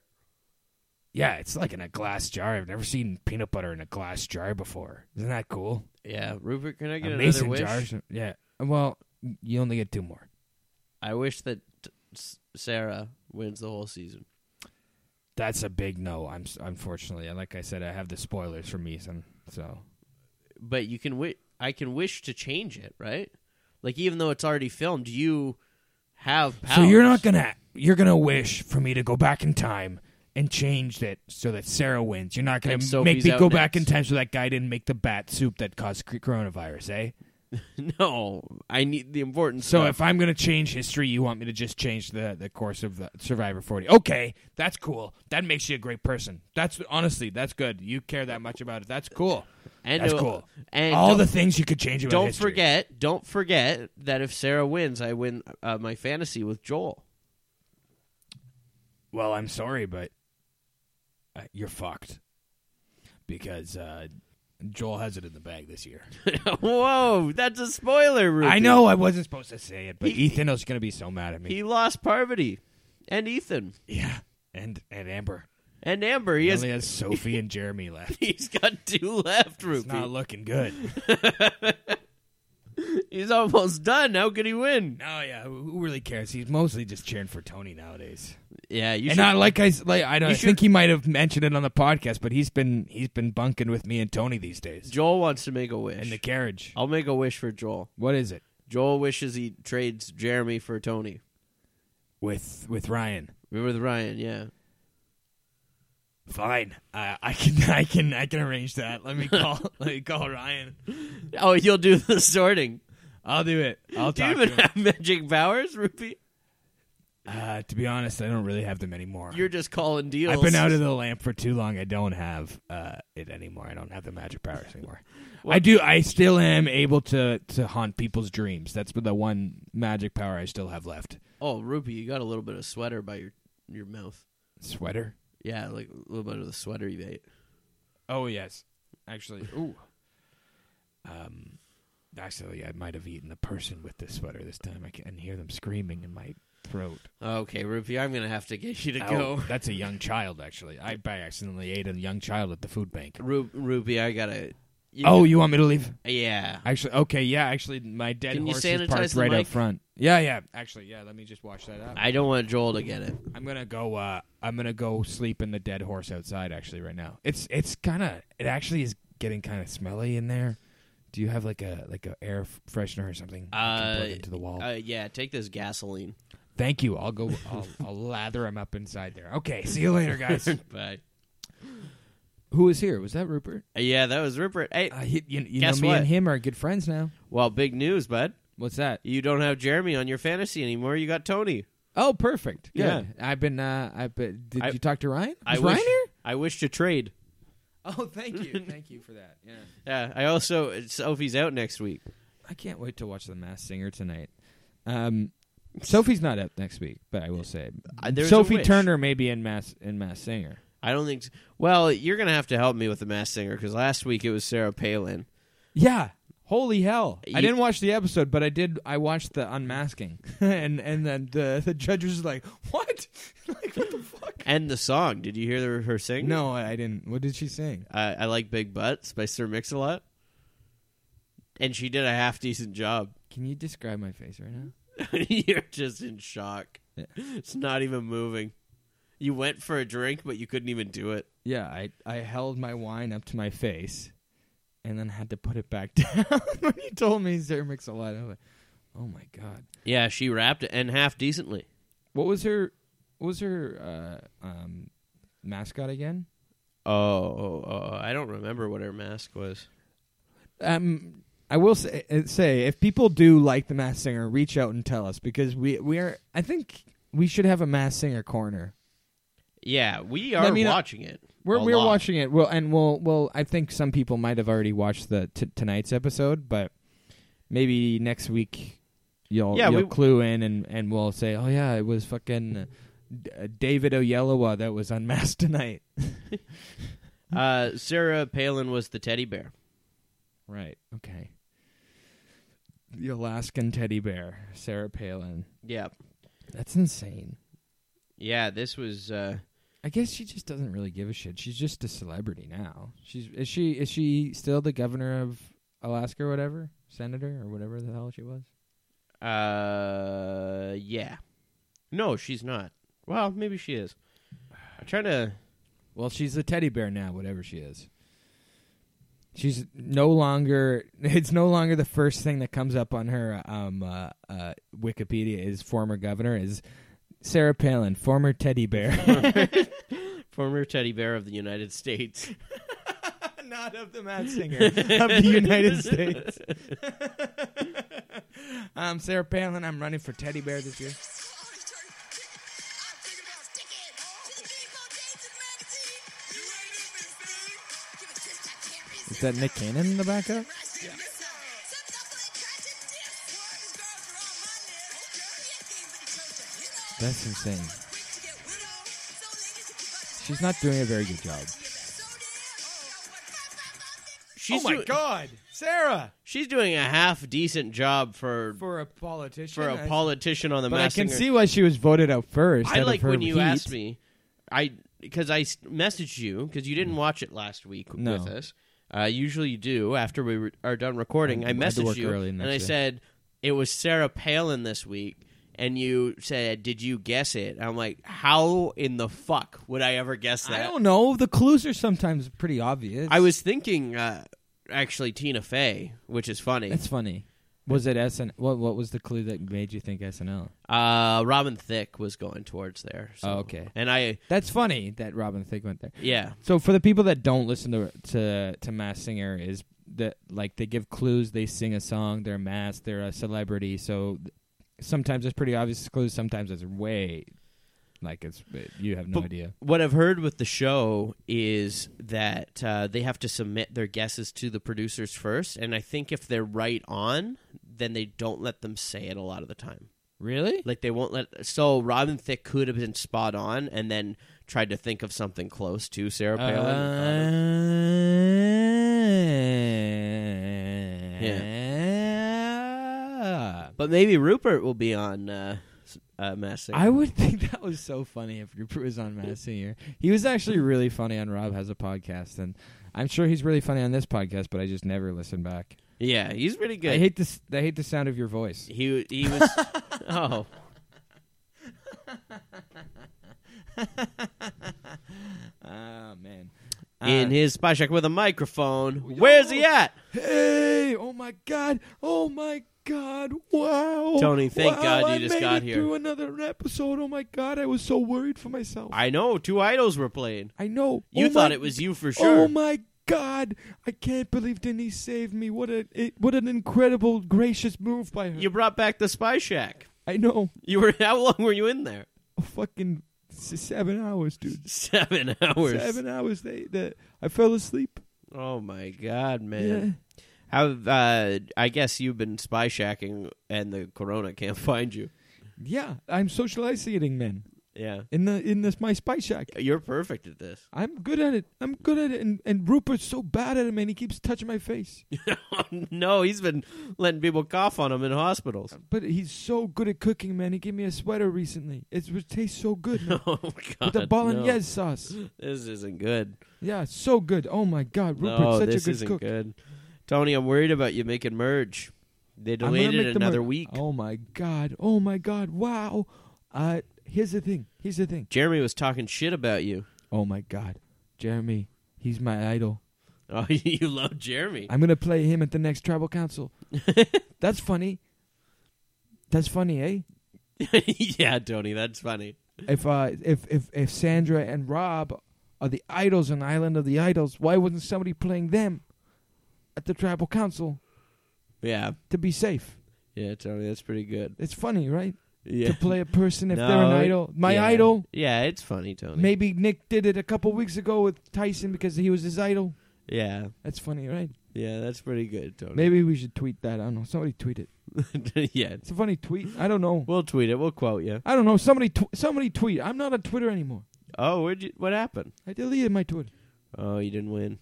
Yeah, it's like in a glass jar. I've never seen peanut butter in a glass jar before. Isn't that cool?
Yeah, Rupert, can I get
a
another
mason
wish?
jar. Yeah. Well, you only get two more.
I wish that S- Sarah wins the whole season.
That's a big no. I'm s- unfortunately, and like I said, I have the spoilers from Ethan. So
But you can wi- I can wish to change it, right? Like even though it's already filmed, you have powers.
So you're not gonna you're gonna wish for me to go back in time and change it so that Sarah wins. You're not gonna
And
make
Sophie's
me
out
go back in
next.
time so that guy didn't make the bat soup that caused cr- coronavirus, eh?
No, I need the important
So
stuff.
if I'm gonna change history, you want me to just change the the course of the Survivor 40? Okay, that's cool. That makes you a great person. That's honestly that's good. You care that much about it. That's cool.
and
that's
uh,
cool.
And
All
don't,
the things you could change about
don't
history.
forget, don't forget that if Sarah wins, I win uh, my fantasy with Joel.
Well, I'm sorry, but uh, you're fucked because uh, Joel has it in the bag this year.
Whoa, that's a spoiler, Rupert.
I know I wasn't supposed to say it, but
He-
Ethan is going to be so mad at me.
He lost Parvati and Ethan
yeah, and and Amber.
and Amber. He
He
has
only has Sophie and Jeremy left.
he's got two left,
It's
Rupert.
not looking good.
He's almost done. How could he win?
No, Oh, yeah, who who really cares? He's mostly just cheering for Tony nowadays.
Yeah, you
and
should.
I like I s- like I don't
You
I
should-
think he might have mentioned it on the podcast, but he's been he's been bunking with me and Tony these days
Joel wants to make a wish.
in the carriage.
I'll make a wish for Joel.
What is it?
Joel wishes he trades Jeremy for Tony.
with with Ryan.
Remember the Ryan? Yeah.
Fine, I I can I can I can arrange that. Let me call let me call Ryan.
Oh, you'll do the sorting.
I'll do it. I'll
Do you
talk
even
to him.
have magic powers, Rupee?
Uh, to be honest, I don't really have them anymore.
You're just calling deals.
I've been out of the lamp for too long. I don't have uh, it anymore. I don't have the magic powers anymore. I do. I still am able to to haunt people's dreams. That's the one magic power I still have left.
Oh, Rupee, you got a little bit of sweater by your your mouth.
Sweater.
Yeah, like a little bit of the sweater you ate.
Oh yes, actually. Ooh. Um, actually, I might have eaten the person with this sweater this time. I can hear them screaming in my throat.
Okay, Rupee, I'm gonna have to get you to
Ow.
go.
That's a young child. Actually, I by accidentally ate a young child at the food bank.
Ru- Rupee, I gotta. You
Oh, you want me to leave?
yeah.
Actually, okay, yeah. Actually, my dead
Can you
horse
sanitize
is parked
the
right
mic?
up front. Yeah, yeah. Actually, yeah. Let me just wash that up.
I don't want Joel to get it.
I'm gonna go. Uh, I'm gonna go sleep in the dead horse outside. Actually, right now, it's it's kind of it actually is getting kind of smelly in there. Do you have like a like a air f- freshener or something? I can
Uh,
plug into the wall.
Uh, yeah, take this gasoline.
Thank you. I'll go. I'll, I'll lather him up inside there. Okay. See you later, guys.
Bye.
Who was here? Was that Rupert?
Yeah, that was Rupert. Hey,
Uh, he, you you know,
Guess
me
what?
and him are good friends now.
well, big news, bud.
What's that?
You don't have Jeremy on your fantasy anymore. You got Tony.
Oh, perfect. Good.
Yeah.
I've been. Uh, I've been. Did
I-
you talk to Ryan?
I
Was
wish,
Ryan here?
I wish to trade.
Oh, thank you, thank you for that. Yeah,
Yeah, I also Sophie's out next week.
I can't wait to watch The Masked Singer tonight. Um, Sophie's not up next week, but I will say
I- Uh, there's a
Sophie
wish.
Turner may be in Mass in Mass Singer.
I don't think. s well, you're gonna have to help me with the mass singer because last week it was Sarah Palin.
Yeah. Holy hell!
You-
I didn't watch the episode, but I did. I watched the unmasking, and and then the the judge was like, "What? like what the fuck?"
And the song. Did you hear her- her sing?
No, I I didn't. What did she sing?
I, I like Big Butts by Sir Mix-a-Lot, and she did a half decent job.
Can you describe my face right now?
You're just in shock.
Yeah.
It's not even moving. You went for a drink, but you couldn't even do it.
Yeah, I I held my wine up to my face, and then had to put it back down when you told me Sarah mix a lot. I was like, "Oh my god!"
Yeah, she rapped it and half decently.
What was her? What was her uh, um, mascot again?
Oh, oh, oh, I don't remember what her mask was.
Um, I will say, uh, say if people do like the Mass Singer, reach out and tell us because we we are. I think we should have a Mass Singer corner.
Yeah, we are
Let me know-
watching it.
We're
A
we're
lot.
watching it. Well, and we'll well. I think some people might have already watched the t- tonight's episode, but maybe next week you'll
Yeah,
you'll
we-
clue in and and we'll say, oh yeah, it was fucking uh, D- uh, David Oyelowo that was unmasked tonight.
Uh, Sarah Palin was the teddy bear.
Right. Okay. The Alaskan teddy bear, Sarah Palin.
Yeah,
That's insane.
yeah. This was. Uh,
I guess she just doesn't really give a shit. She's just a celebrity now. She's is she is she still the governor of Alaska or whatever, senator or whatever the hell she was.
Uh, yeah. No, she's not. Well, maybe she is. I'm trying to.
Well, she's a teddy bear now, whatever she is. She's no longer. It's no longer the first thing that comes up on her um, uh, uh, Wikipedia is former governor is Sarah Palin, former teddy bear,
Former teddy bear of the United States.
not of the Mad Singer of the United States. I'm Sarah Palin. I'm running for teddy bear this year. Is that Nick Cannon in the backup? That's insane. She's not doing a very good job.
She's do-
Oh God, Sarah!
She's doing a half decent job for for,
For a politician,
a politician on the.
But I
Masked
can
Singer.
see why she was voted out first. out
I
of
like
her
when you
heat.
asked me, I because I s- messaged you because you didn't watch it last week
Mm. No.
with us. Uh, usually you do after we re- are done recording. I,
I had to
messaged
work
you
early
and
next
I
day.
said it was Sarah Palin this week, and you said, "Did you guess it?" I'm like, "How in the fuck would I ever guess that?"
I don't know. The clues are sometimes pretty obvious.
I was thinking uh, actually Tina Fey, which is funny.
That's funny. Was
Was
it SN? What What was the clue that made you think SNL?
Uh, Robin Thicke was going towards there. So.
Oh, okay.
And I,
That's funny that Robin Thicke went there.
yeah,
So for the people that don't listen to to to Mass Singer is that like they give clues, they sing a song, they're masked, they're a celebrity. So th- sometimes it's pretty obvious clues, sometimes it's way like it's you have no
But-
idea.
what I've heard with the show is that uh, they have to submit their guesses to the producers first, and I think if they're right on, then they don't let them say it a lot of the time.
Really?
Like they won't let. So Robin Thicke could have been spot on, and then tried to think of something close to Sarah Palin.
Uh, yeah.
but maybe Rupert will be on uh, s- uh, Mass Singer.
I would think that was so funny if Rupert was on Mass Singer. He was actually really funny on Rob Has a Podcast, and I'm sure he's really funny on this podcast. But I just never listen back.
yeah, he's pretty good.
I hate this. I hate the sound of your voice.
he he was. oh,
Ah man. Uh. Ah.
in his spy check with a microphone. Where's he at?
hey! Oh my God! Oh my God! Wow!
Tony, thank
Wow,
God you
I
just
made
got
it
here.
Through another episode. Oh my God! I was so worried for myself. I,
I know two idols were played.
know.
You
Oh my
thought it was you for sure.
Oh my God! I can't believe Denise saved me. What a it, what an incredible, gracious move by her.
you brought back the spy shack.
I know.
You were how long were you in there?
Fucking s- seven hours, dude.
Seven hours.
Seven hours. They, they I fell asleep.
Oh my god, man! How uh, I guess you've been spy shacking, and the corona can't find you.
Yeah, yeah. I'm socializing, man.
Yeah,
In the in this my spy shack.
you're perfect at this.
I'm good at it. I'm good at it. And, and Rupert's so bad at it, man. He keeps touching my face.
no, he's been letting people cough on him in hospitals.
But he's so good at cooking, man. He gave me a sweater recently. It's, it tastes so good, man.
Oh god,
With the bolognese
no.
sauce.
This isn't good.
Yeah, so good. Oh, my God. Rupert's
no,
such
this
a good
isn't
cook.
good. Tony, I'm worried about you making merge. They
I'm gonna
delayed it
make the
another
mer-
week.
Oh, my God. Oh, my God. Wow. Uh, here's the thing. Here's the thing.
Jeremy was talking shit about you.
Oh, my God. Jeremy, he's my idol.
Oh, you love Jeremy.
I'm going to play him at the next tribal council. That's funny. That's funny, eh?
yeah, Tony, that's funny.
if uh, if if if Sandra and Rob are the idols on Island of the Idols, why wasn't somebody playing them at the tribal council
Yeah,
to be safe?
yeah, Tony, that's pretty good.
It's funny, right?
Yeah.
To play a person if they're an
No, it-
idol. My
Yeah.
idol.
Yeah, it's funny, Tony.
Maybe Nick did it a couple weeks ago with Tyson because he was his idol.
Yeah,
That's funny, right?
yeah, that's pretty good, Tony.
Maybe we should tweet that. I don't know. Somebody tweet it.
yeah,
It's a funny tweet. I don't know.
we'll tweet it. We'll quote you.
I don't know. Somebody tw- somebody tweet. I'm not on Twitter anymore.
Oh, where'd you, what happened?
I deleted my Twitter.
Oh, you didn't win.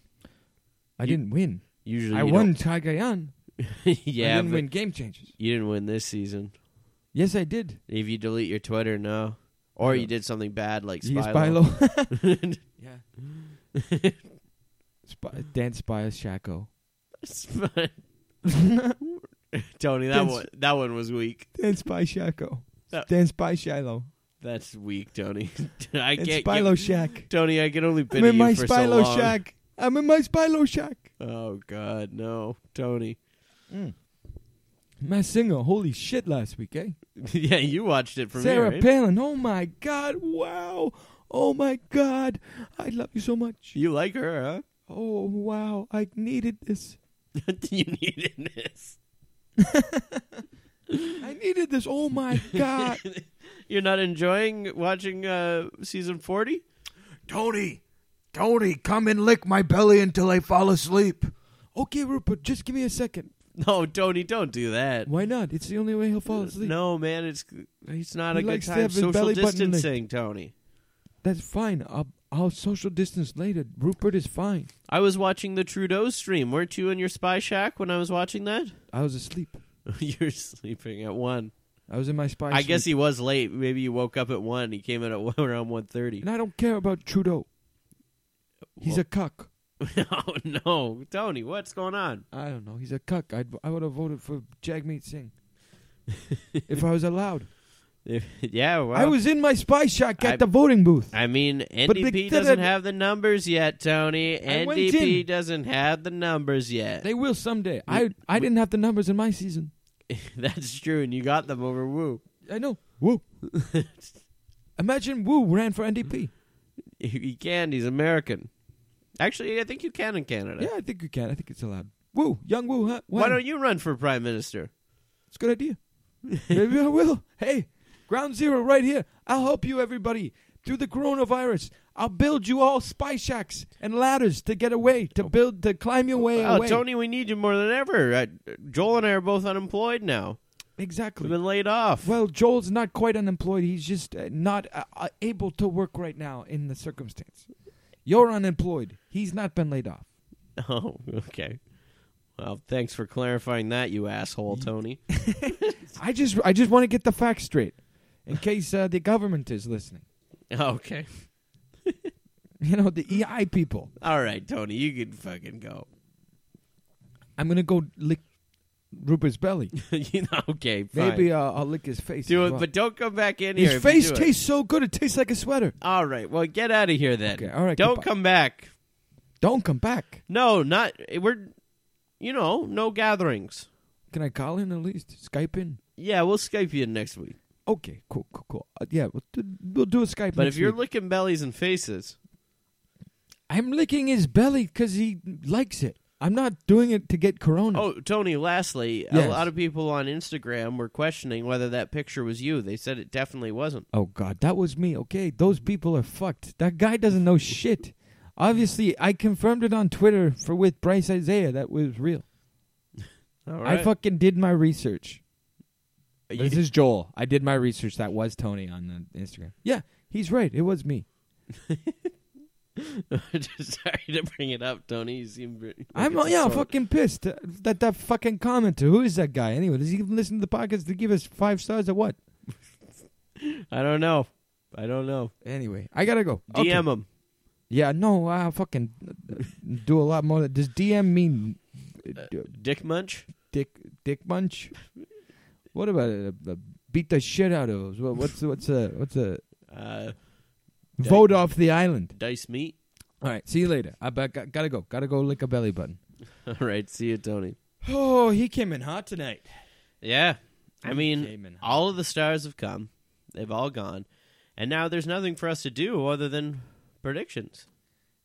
I
You-
didn't win.
Usually,
I
you
won Tagayan.
don't-
I
yeah,
didn't
but
win game changers.
you didn't win this season.
Yes, I did.
If you delete your Twitter, no. Or you did something bad like
He is
Spylo.
yeah. Spy, Dan Spy Shaco.
Spy- Tony, that
That's-
one that one was weak.
Dan Spy Shaco.
No.
Dan Spy Shiloh.
That's weak, Tony. I
And
can't.
Spylo
get-
Shack.
Tony, I can only
I'm
pin
in
you
my
for so
Spylo
long.
Shack. I'm in my Spylo Shack.
Oh God, no, Tony. Mm.
Mass Singer, holy shit last week, eh?
yeah, you watched it from here.
Sarah
right?
Palin, oh my god, wow. Oh my god, I love you so much.
You like her, huh?
Oh wow, I needed this.
you needed this.
I needed this. Oh my god.
You're not enjoying watching uh, season 40?
Tony, Tony, come and lick my belly until I fall asleep.
okay, Rupert, just give me a second.
No, Tony, don't do that.
Why not? It's the only way he'll fall asleep.
Uh, No, man, it's it's not
He
a good
likes to
time.
have his
Social
belly button licked.
distancing, Tony.
That's fine. I'll, I'll social distance later. Rupert is fine.
I was watching the Trudeau stream. Weren't you in your spy shack when I was watching that?
I was asleep.
You're sleeping at one.
I was in my spy.
I guess
sleep.
he was late. Maybe you woke up at one. He came in at one, around one thirty.
And I don't care about Trudeau. He's a cuck.
oh no, Tony, what's going on?
I don't know. He's a cuck. I'd, I would have voted for Jagmeet Singh if I was allowed.
yeah, well,
I was in my spy shack at
I-
the voting booth.
I mean,
But
NDP
they-
doesn't
they-
have the numbers yet, Tony.
I went
NDP
in.
doesn't have the numbers yet.
They will someday. I I didn't have the numbers in my season.
That's true, and you got them over Woo.
I know. Woo. Imagine Woo ran for NDP.
He can. He's American. Actually, I think you can in Canada.
Yeah, I think you can. I think it's allowed. Woo, young Woo. Huh?
Why don't you run for prime minister?
It's a good idea. Maybe I will. Hey, ground zero right here. I'll help you, everybody, through the coronavirus. I'll build you all spy shacks and ladders to get away, to build, to climb your way
Oh,
away.
Tony, we need you more than ever. Uh, Joel and I are both unemployed now. We've
Exactly.
been laid off.
Well, Joel's not quite unemployed. He's just uh, not uh, uh, able to work right now in the circumstance. You're unemployed. He's not been laid off.
Oh, okay. Well, thanks for clarifying that, you asshole, Tony.
I just, I just want to get the facts straight, in case uh, the government is listening.
okay.
You know, the EI people.
All right, Tony, you can fucking go.
I'm gonna go lick Rupert's belly.
you know, okay, fine.
Maybe uh, I'll lick his face.
do
as
it,
well.
but don't come back in here.
his
if you
face
do it.
tastes so good; it tastes like a sweater.
All right. Well, get out of here then.
Okay, all right,
Don't
goodbye.
come back.
Don't come back.
No, not we're. You know, no gatherings.
Can I call in at least? Skype in?
Yeah, we'll Skype you next week.
Okay, cool, cool, cool. Uh, yeah, we'll do, we'll do a Skype.
But
next
if you're
week.
licking bellies and faces,
I'm licking his belly because he likes it. I'm not doing it to get corona.
oh, Tony. Lastly, a
Hmm. Yes.
lot of people on Instagram were questioning whether that picture was you. They said it definitely wasn't.
Oh, God, that was me. Okay, those people are fucked. That guy doesn't know shit. Obviously, I confirmed it on Twitter for with Bryce Isaiah. That was real.
All
I
right.
fucking did my research.
You-
This is Joel. I did my research. That was Tony on the Instagram. Yeah, he's right. It was me.
Just sorry to bring it up, Tony. You seem very-
I'm
like it's
yeah, I'm
assault.
fucking pissed that that fucking commenter. Who is that guy anyway? Does he even listen to the podcast to give us five stars or what?
I don't know. I don't know.
Anyway, I gotta go.
DM
Okay.
him.
Yeah, no, I fucking do a lot more. Than, does DM mean uh,
Dick Munch.
dick dick munch? What about it? Uh, beat the shit out of us? What- What's what's a what's a
Uh,
vote off the island?
dice meat.
All right, see you later. I bet, got, gotta go. Gotta go lick a belly button.
All right. See you, Tony.
Oh, he came in hot tonight.
Yeah. I mean,
came in hot.
all of the stars have come. They've all gone. And now there's nothing for us to do other than predictions.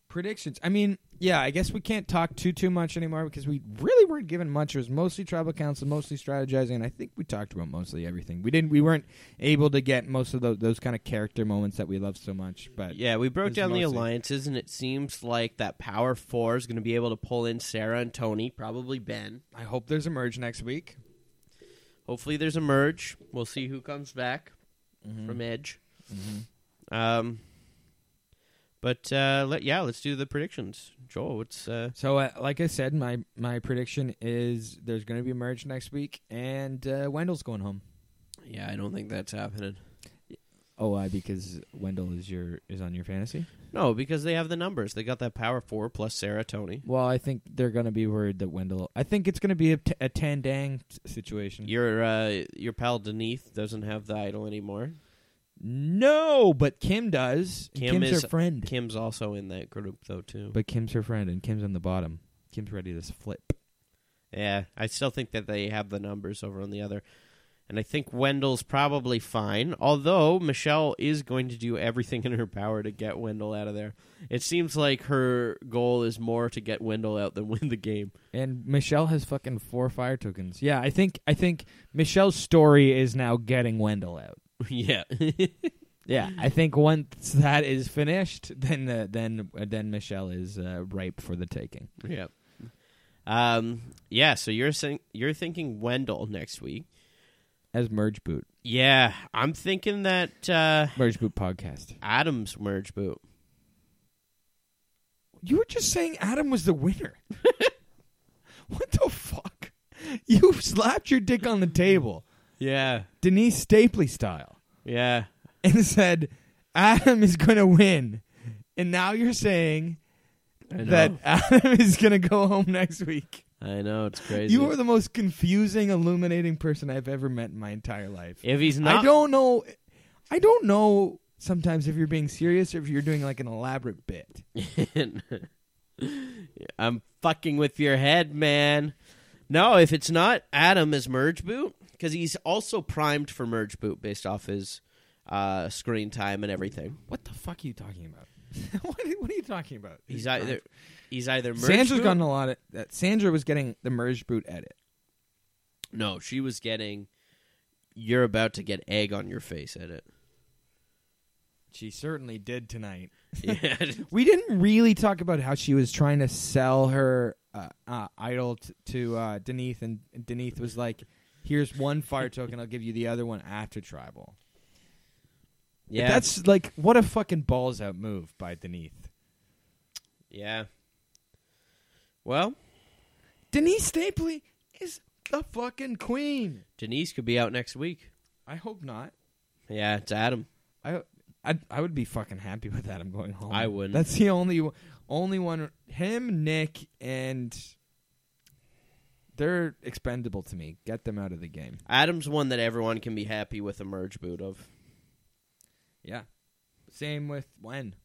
predictions. I mean, yeah, I guess we can't talk too too much anymore because we really weren't given much. It was mostly tribal council, mostly strategizing. And I think we talked about mostly everything. We didn't. We weren't able to get most of tho- those kind of character moments that we love so much. But
Yeah, we broke
It's
down the
mostly-
alliances, and it seems like that Power Four is going to be able to pull in Sarah and Tony, probably Ben.
I hope there's a merge next week.
Hopefully, there's a merge. We'll see who comes back
Mm-hmm. Mm.
from Edge. Um, but uh, let yeah, let's do the predictions. Joel, what's uh,
So, uh, like I said, my my prediction is there's going to be a merge next week, and uh, Wendell's going home.
yeah? I don't think that's happening.
Oh, why? Because Wendell is your is on your fantasy.
No, because they have the numbers. They got that Power Four plus Sarah, Tony.
Well, I think they're going to be worried that Wendell. I think it's going to be a, t- a Tandang s- situation.
Your uh, your pal Denise doesn't have the idol anymore.
No, but Kim does. And
Kim
Kim's
is-
her friend.
Kim's also in that group though too.
But Kim's her friend, and Kim's on the bottom. Kim's ready to flip.
yeah, I still think that they have the numbers over on the other. And I think Wendell's probably fine, although Michelle is going to do everything in her power to get Wendell out of there. It seems like her goal is more to get Wendell out than win the game.
And Michelle has fucking four fire tokens. Yeah, I think I think Michelle's story is now getting Wendell out.
yeah.
Yeah, I think once that is finished, then uh, then uh, then Michelle is uh, ripe for the taking.
Yeah. Um yeah, so you're saying you're thinking Wendell next week.
As merge boot,
Yeah, I'm thinking that uh
merge boot podcast.
Adam's merge boot.
You were just saying Adam was the winner. what the fuck? You slapped your dick on the table,
Yeah.
Denise Stapley style.
Yeah.
and said Adam is going to win. And now you're saying that Adam is going to go home next week.
I know it's crazy.
You are the most confusing, illuminating person I've ever met in my entire life.
if he's
I
not
don't know. I don't know sometimes if you're being serious or if you're doing like an elaborate bit.
I'm fucking with your head, man. No, if it's not Adam as Merge Boot, because he's also primed for Merge Boot based off his uh, screen time and everything.
What the fuck are you talking about? what, are, what are you talking about?
He's either he's either Merge
Sandra's
Boot-
gotten a lot of. Uh, Sandra was getting the merge boot edit.
No, she was getting. You're about to get egg on your face at it.
She certainly did tonight.
Yeah.
We didn't really talk about how she was trying to sell her uh, uh, idol t- to uh, Denise, and Denise was like, "Here's one fire token. I'll give you the other one after tribal."
yeah.
that's like what a fucking balls out move by Denise.
yeah. Well,
Denise Stapley is the fucking queen.
Denise could be out next week.
I hope not.
Yeah, it's Adam.
I I I would be fucking happy with that. I'm going home.
I wouldn't.
That's the only o- only one. Him, Nick, and they're expendable to me. Get them out of the game.
Adam's one that everyone can be happy with a merge boot of.
Yeah. Same with when.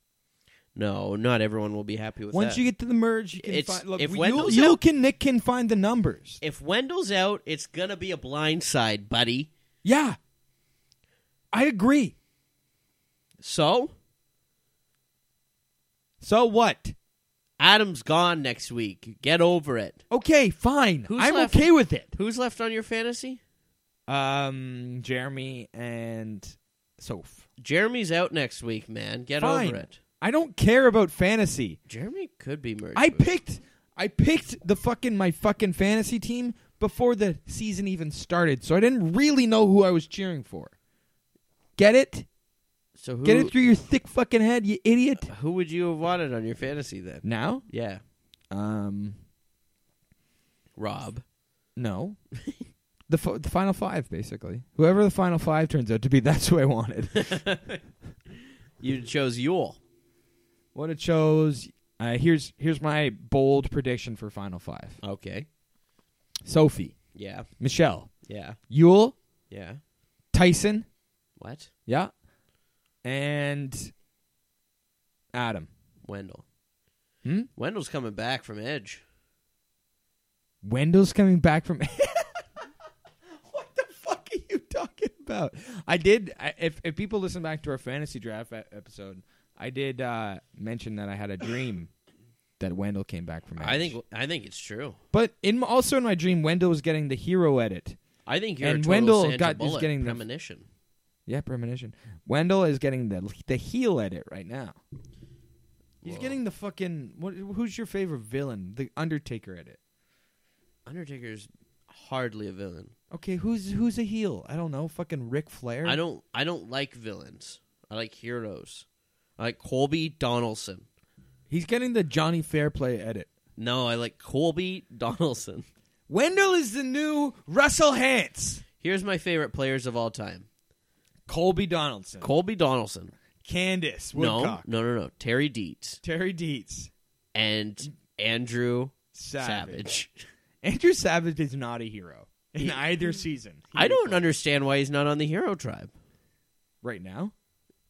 No, not everyone will be happy with
Once
that.
you get to the merge, you can
It's-
find. Look,
if
we- you,
Wendell's
you
out-
can Nick can find the numbers.
if Wendell's out, it's gonna be a blindside, buddy.
Yeah. I agree.
So
So what?
Adam's gone next week. Get over it.
Okay, fine.
Who's
I'm
left?
okay with it.
Who's left on your fantasy?
Um, Jeremy and Soph.
Jeremy's out next week, man. Get
Fine.
over it.
I don't care about fantasy.
Jeremy could be merged.
I
with-
picked I picked the fucking my fucking fantasy team before the season even started, so I didn't really know who I was cheering for. Get it?
So who?
Get it through your thick fucking head, you idiot.
who would you have wanted on your fantasy then?
Now?
Yeah,
Um
Rob.
no. the fo- the final 5 basically. Whoever the final 5 turns out to be, that's who I wanted.
You chose Yule.
what it shows uh, here's here's my bold prediction for final 5.
Okay.
Sophie,
Yeah.
Michelle,
Yeah.
Yule,
Yeah.
Tyson,
What?
Yeah. And Adam.
Wendell.
Hmm?
Wendell's coming back from Edge.
Wendell's coming back from What the fuck are you talking about? I did I, if if people listen back to our fantasy draft e- episode, I did uh mention that I had a dream that Wendell came back from
I
Edge.
think. I think it's true.
But in also in my dream Wendell was getting the hero edit.
I think you're
And
a total
Wendell
Sandra
got- is
Bullock
getting the-
premonition.
Yeah, premonition. Wendell is getting the the heel edit right now. He's
Whoa.
getting the fucking what who's your favorite villain? The Undertaker edit.
Undertaker's hardly a villain.
Okay, who's who's a heel? I don't know. Fucking Ric Flair.
I don't. I don't like villains. I like heroes. I like Colby Donaldson.
He's getting the Johnny Fairplay edit.
No, I like Colby Donaldson.
Wendell is the new Russell Hance.
Here's my favorite players of all time:
Colby Donaldson.
Colby Donaldson.
Candace
No,
Woodcock.
no, no, no. Terry Dietz
Terry Dietz.
and Andrew
Savage.
Savage.
Andrew Savage is not a hero in either season. He
I
was
don't
like-
understand why he's not on the Hero Tribe.
Right now,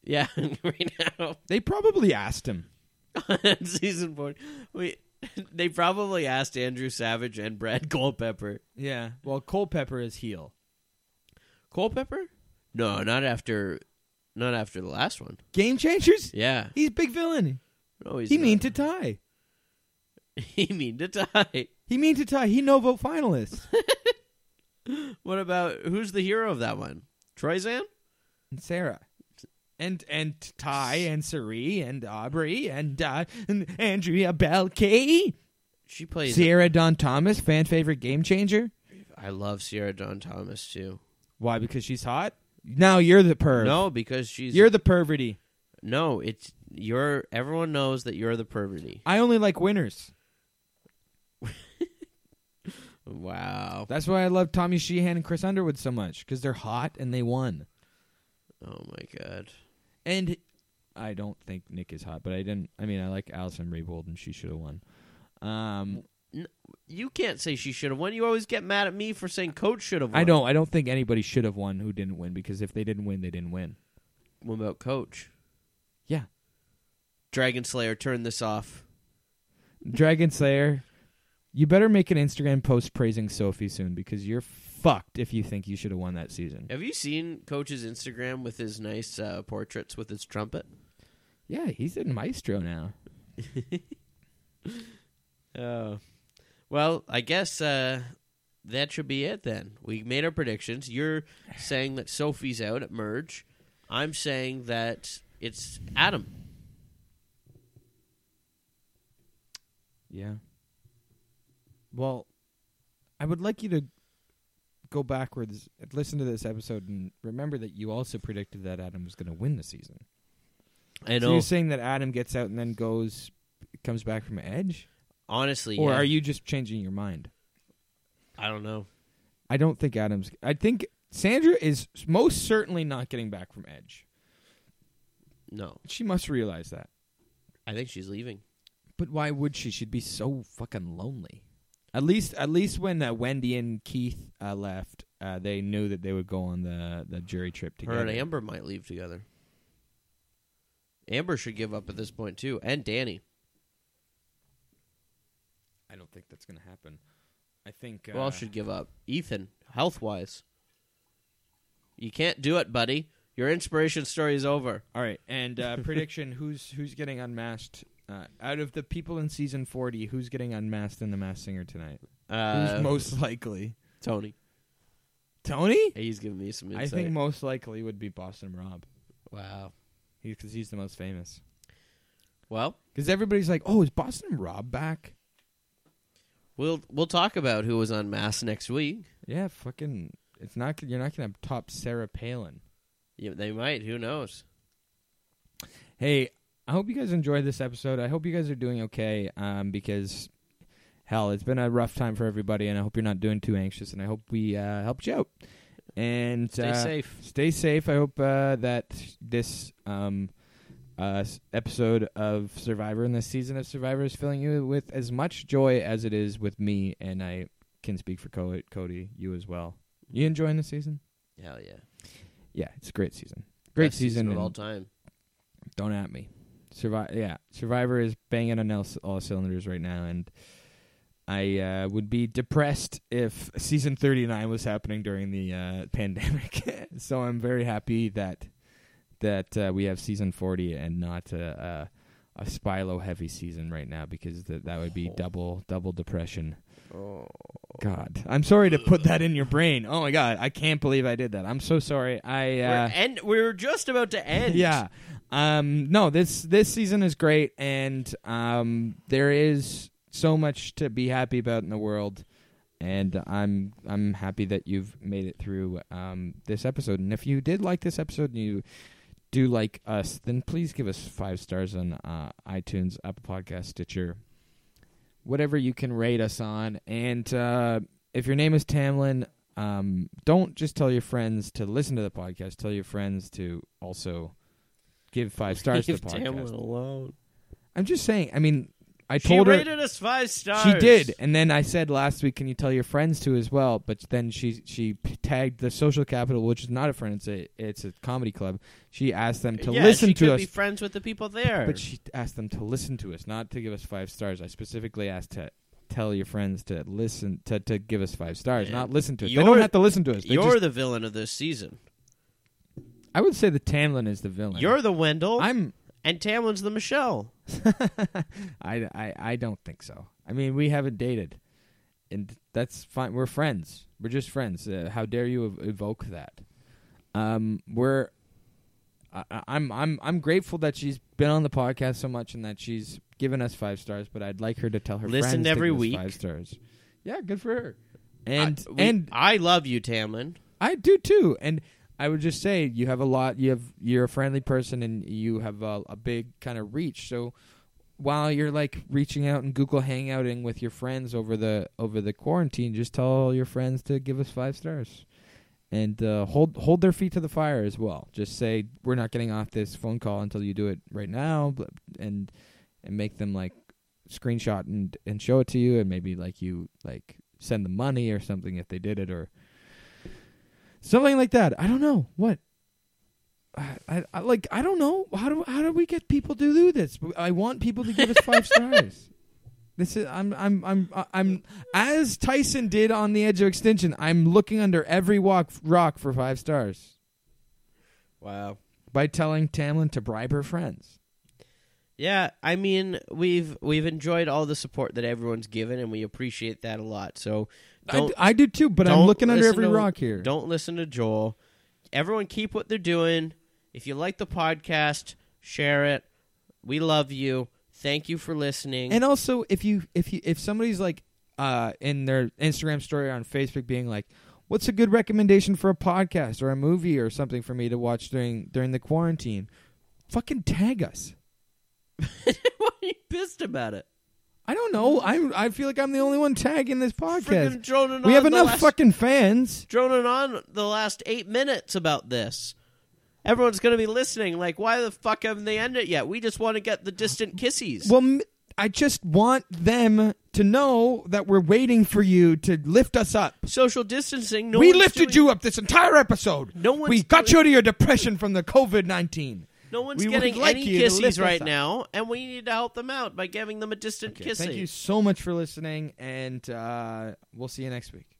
Yeah, right now
they probably asked him.
on season four, we they probably asked Andrew Savage and Brad Culpepper.
Yeah. Well, Culpepper is heel.
Culpepper? No, not after, not after the last one.
Game changers.
Yeah,
He's big villain.
no, he's
he
not.
mean to tie.
he mean to die.
He mean to tie. He no vote finalist.
What about who's the hero of that one? Troyzan?
and Sarah. And and Ty and Sari and Aubrey and uh, and Andrea Belkey,
She plays.
Sierra Don Thomas, fan favorite game changer.
I love Sierra Dawn Thomas too.
Why? Because she's hot. Now you're the perv.
No, because she's
you're the perverty.
no. It's you're. Everyone knows that you're the perverty.
I only like winners.
Wow.
That's why I love Tommy Sheehan and Chris Underwood so much because they're hot and they won.
Oh my god.
And I don't think Nick is hot, but I didn't. I mean, I like Allison Raybould and she should have won. Um,
You can't say she should have won. You always get mad at me for saying coach should have won.
I don't. I don't think anybody should have won who didn't win because if they didn't win, they didn't win.
What about coach?
Yeah.
Dragon Slayer, turn this off.
Dragon Slayer, You better make an Instagram post praising Sophie soon because you're fucked if you think you should have won that season.
Have you seen Coach's Instagram with his nice uh, portraits with his trumpet?
Yeah, he's in Maestro now.
Oh. Well, I guess uh, that should be it then. We made our predictions. You're saying that Sophie's out at Merge. I'm saying that it's Adam.
Yeah. Well, I would like you to go backwards, listen to this episode, and remember that you also predicted that Adam was going to win the season.
I
So
know.
you're saying that Adam gets out and then goes, comes back from Edge,
honestly,
or
yeah.
are you just changing your mind?
I don't know.
I don't think Adam's. I think Sandra is most certainly not getting back from Edge.
No,
She must realize that.
I think she's leaving.
But why would she? She'd be so fucking lonely. At least, at least when uh, Wendy and Keith uh, left, uh, they knew that they would go on the the jury trip
Her
together.
and Amber might leave together. Amber should give up at this point too, and Danny.
I don't think that's gonna happen. I think. Uh,
Who else should give up? Ethan, health wise. You can't do it, buddy. Your inspiration story is over.
all right, and uh, prediction: who's who's getting unmasked? Uh, out of the people in season forty, who's getting unmasked in the Masked Singer tonight?
Uh,
who's most likely?
Tony.
Tony.
He's giving me some insight.
I think most likely would be Boston Rob,
Wow.
because he's the most famous.
Well,
Because everybody's like, "Oh, is Boston Rob back?"
we'll we'll talk about who was on Mass next week.
Yeah, fucking. It's not. You're not gonna top Sarah Palin.
Yeah, they might. Who knows?
Hey, I hope you guys enjoyed this episode. I hope you guys are doing okay. Um, because hell, it's been a rough time for everybody, and I hope you're not doing too anxious. And I hope we uh, helped you out. And
Stay
uh,
safe.
Stay safe. I hope uh, that this um. Uh, s- episode of Survivor and this season of Survivor is filling you with as much joy as it is with me, and I can speak for Co- Cody, you as well. You enjoying the season?
Hell yeah.
Yeah, it's a great season. Great
Best
season.
of
and
all time.
don't at me. Survivor. Yeah, Survivor is banging on all, all cylinders right now, and I uh, would be depressed if season thirty nine was happening during the uh, pandemic. so I'm very happy that that uh, we have season forty and not a, a, a Spilo heavy season right now because that that would be
Oh.
double double depression.
Oh.
God, I'm sorry to put that in your brain. Oh my God, I can't believe I did that. I'm so sorry. I uh,
We're, and we're just about to end.
yeah. Um no, this this season is great and um there is so much to be happy about in the world and I'm I'm happy that you've made it through um this episode. And if you did like this episode and you do like us, then please give us 5 stars on uh iTunes, Apple Podcast, Stitcher, whatever you can rate us on. And uh if your name is Tamlin, um, don't just tell your friends to listen to the podcast. Tell your friends to also give five stars to
Leave
the
Tamlin
podcast.
alone.
I'm just saying. I mean, I
She
told her
rated us five stars.
she did, and then I said last week, "Can you tell your friends to as well?" But then she she p- tagged the Social Capital, which is not a friend; it's a it's a comedy club. She asked them to
yeah,
listen
she
to
could
us,
Be friends with the people there.
but she asked them to listen to us, not to give us five stars. I specifically asked to tell your friends to listen to to give us five stars,
Yeah.
not listen to us. They
You're-
don't have to listen to us. They
you're
just
the villain of this season.
I would say the Tamlin is the villain.
You're the Wendell,
I'm.
and Tamlin's the Michelle.
I, I I don't think so. I mean, we haven't dated, and that's fine. We're friends. We're just friends. Uh, how dare you ev- evoke that? Um, we're. I, I- I'm I'm I'm grateful that she's been on the podcast so much and that she's given us five stars. But I'd like her to tell her
Listen
friends to
every
give us
week.
five stars. Yeah, good for her. And
I, we-
and
I love you, Tamlin.
I do too, and I would just say you have a lot. You have you're a friendly person, and you have a, a big kind of reach. So while you're like reaching out and Google Hangouting with your friends over the over the quarantine, just tell all your friends to give us five stars, and uh, hold hold their feet to the fire as well. Just say we're not getting off this phone call until you do it right now, bl- and and make them like screenshot and and show it to you, and maybe like you like send them money or something if they did it or something like that. I don't know what. I, I, I like. I don't know how do how do we get people to do this? I want people to give us five stars. This is I'm I'm I'm uh, I'm as Tyson did on the edge of extinction. I'm looking under every walk, rock for five stars
Wow.
by telling Tamlin to bribe her friends.
Yeah, I mean, we've we've enjoyed all the support that everyone's given, and we appreciate that a lot. So
I,
don't
I do too, but I'm
don't
looking under
listen
every
to-
rock here.
don't listen to Joel. Everyone, keep what they're doing. If you like the podcast, share it. We love you. Thank you for listening.
And also, if you if you if somebody's like uh, in their Instagram story or on Facebook, being like, "What's a good recommendation for a podcast or a movie or something for me to watch during during the quarantine?" Fucking tag us.
Why are you pissed about it?
I don't know. I I feel like I'm the only one tagging this
Mm-hmm. Freaking
podcast.
droning
We
on
have
the
enough
last,
fucking fans.
droning on the last eight minutes about this. Everyone's going to be listening. Like, why the fuck haven't they ended it yet? We just want to get the distant kisses.
Well, m- I just want them to know that we're waiting for you to lift us up.
Social distancing. No
we
one's
lifted
doing-
you up this entire episode.
No one's
we got
doing-
you out of your depression from the COVID nineteen.
No one's
We would
getting
like
any
you to lift
kisses
us
right
up.
now, and we need to help them out by giving them a distant
Okay,
kissy.
Thank you so much for listening, and uh, we'll see you next week.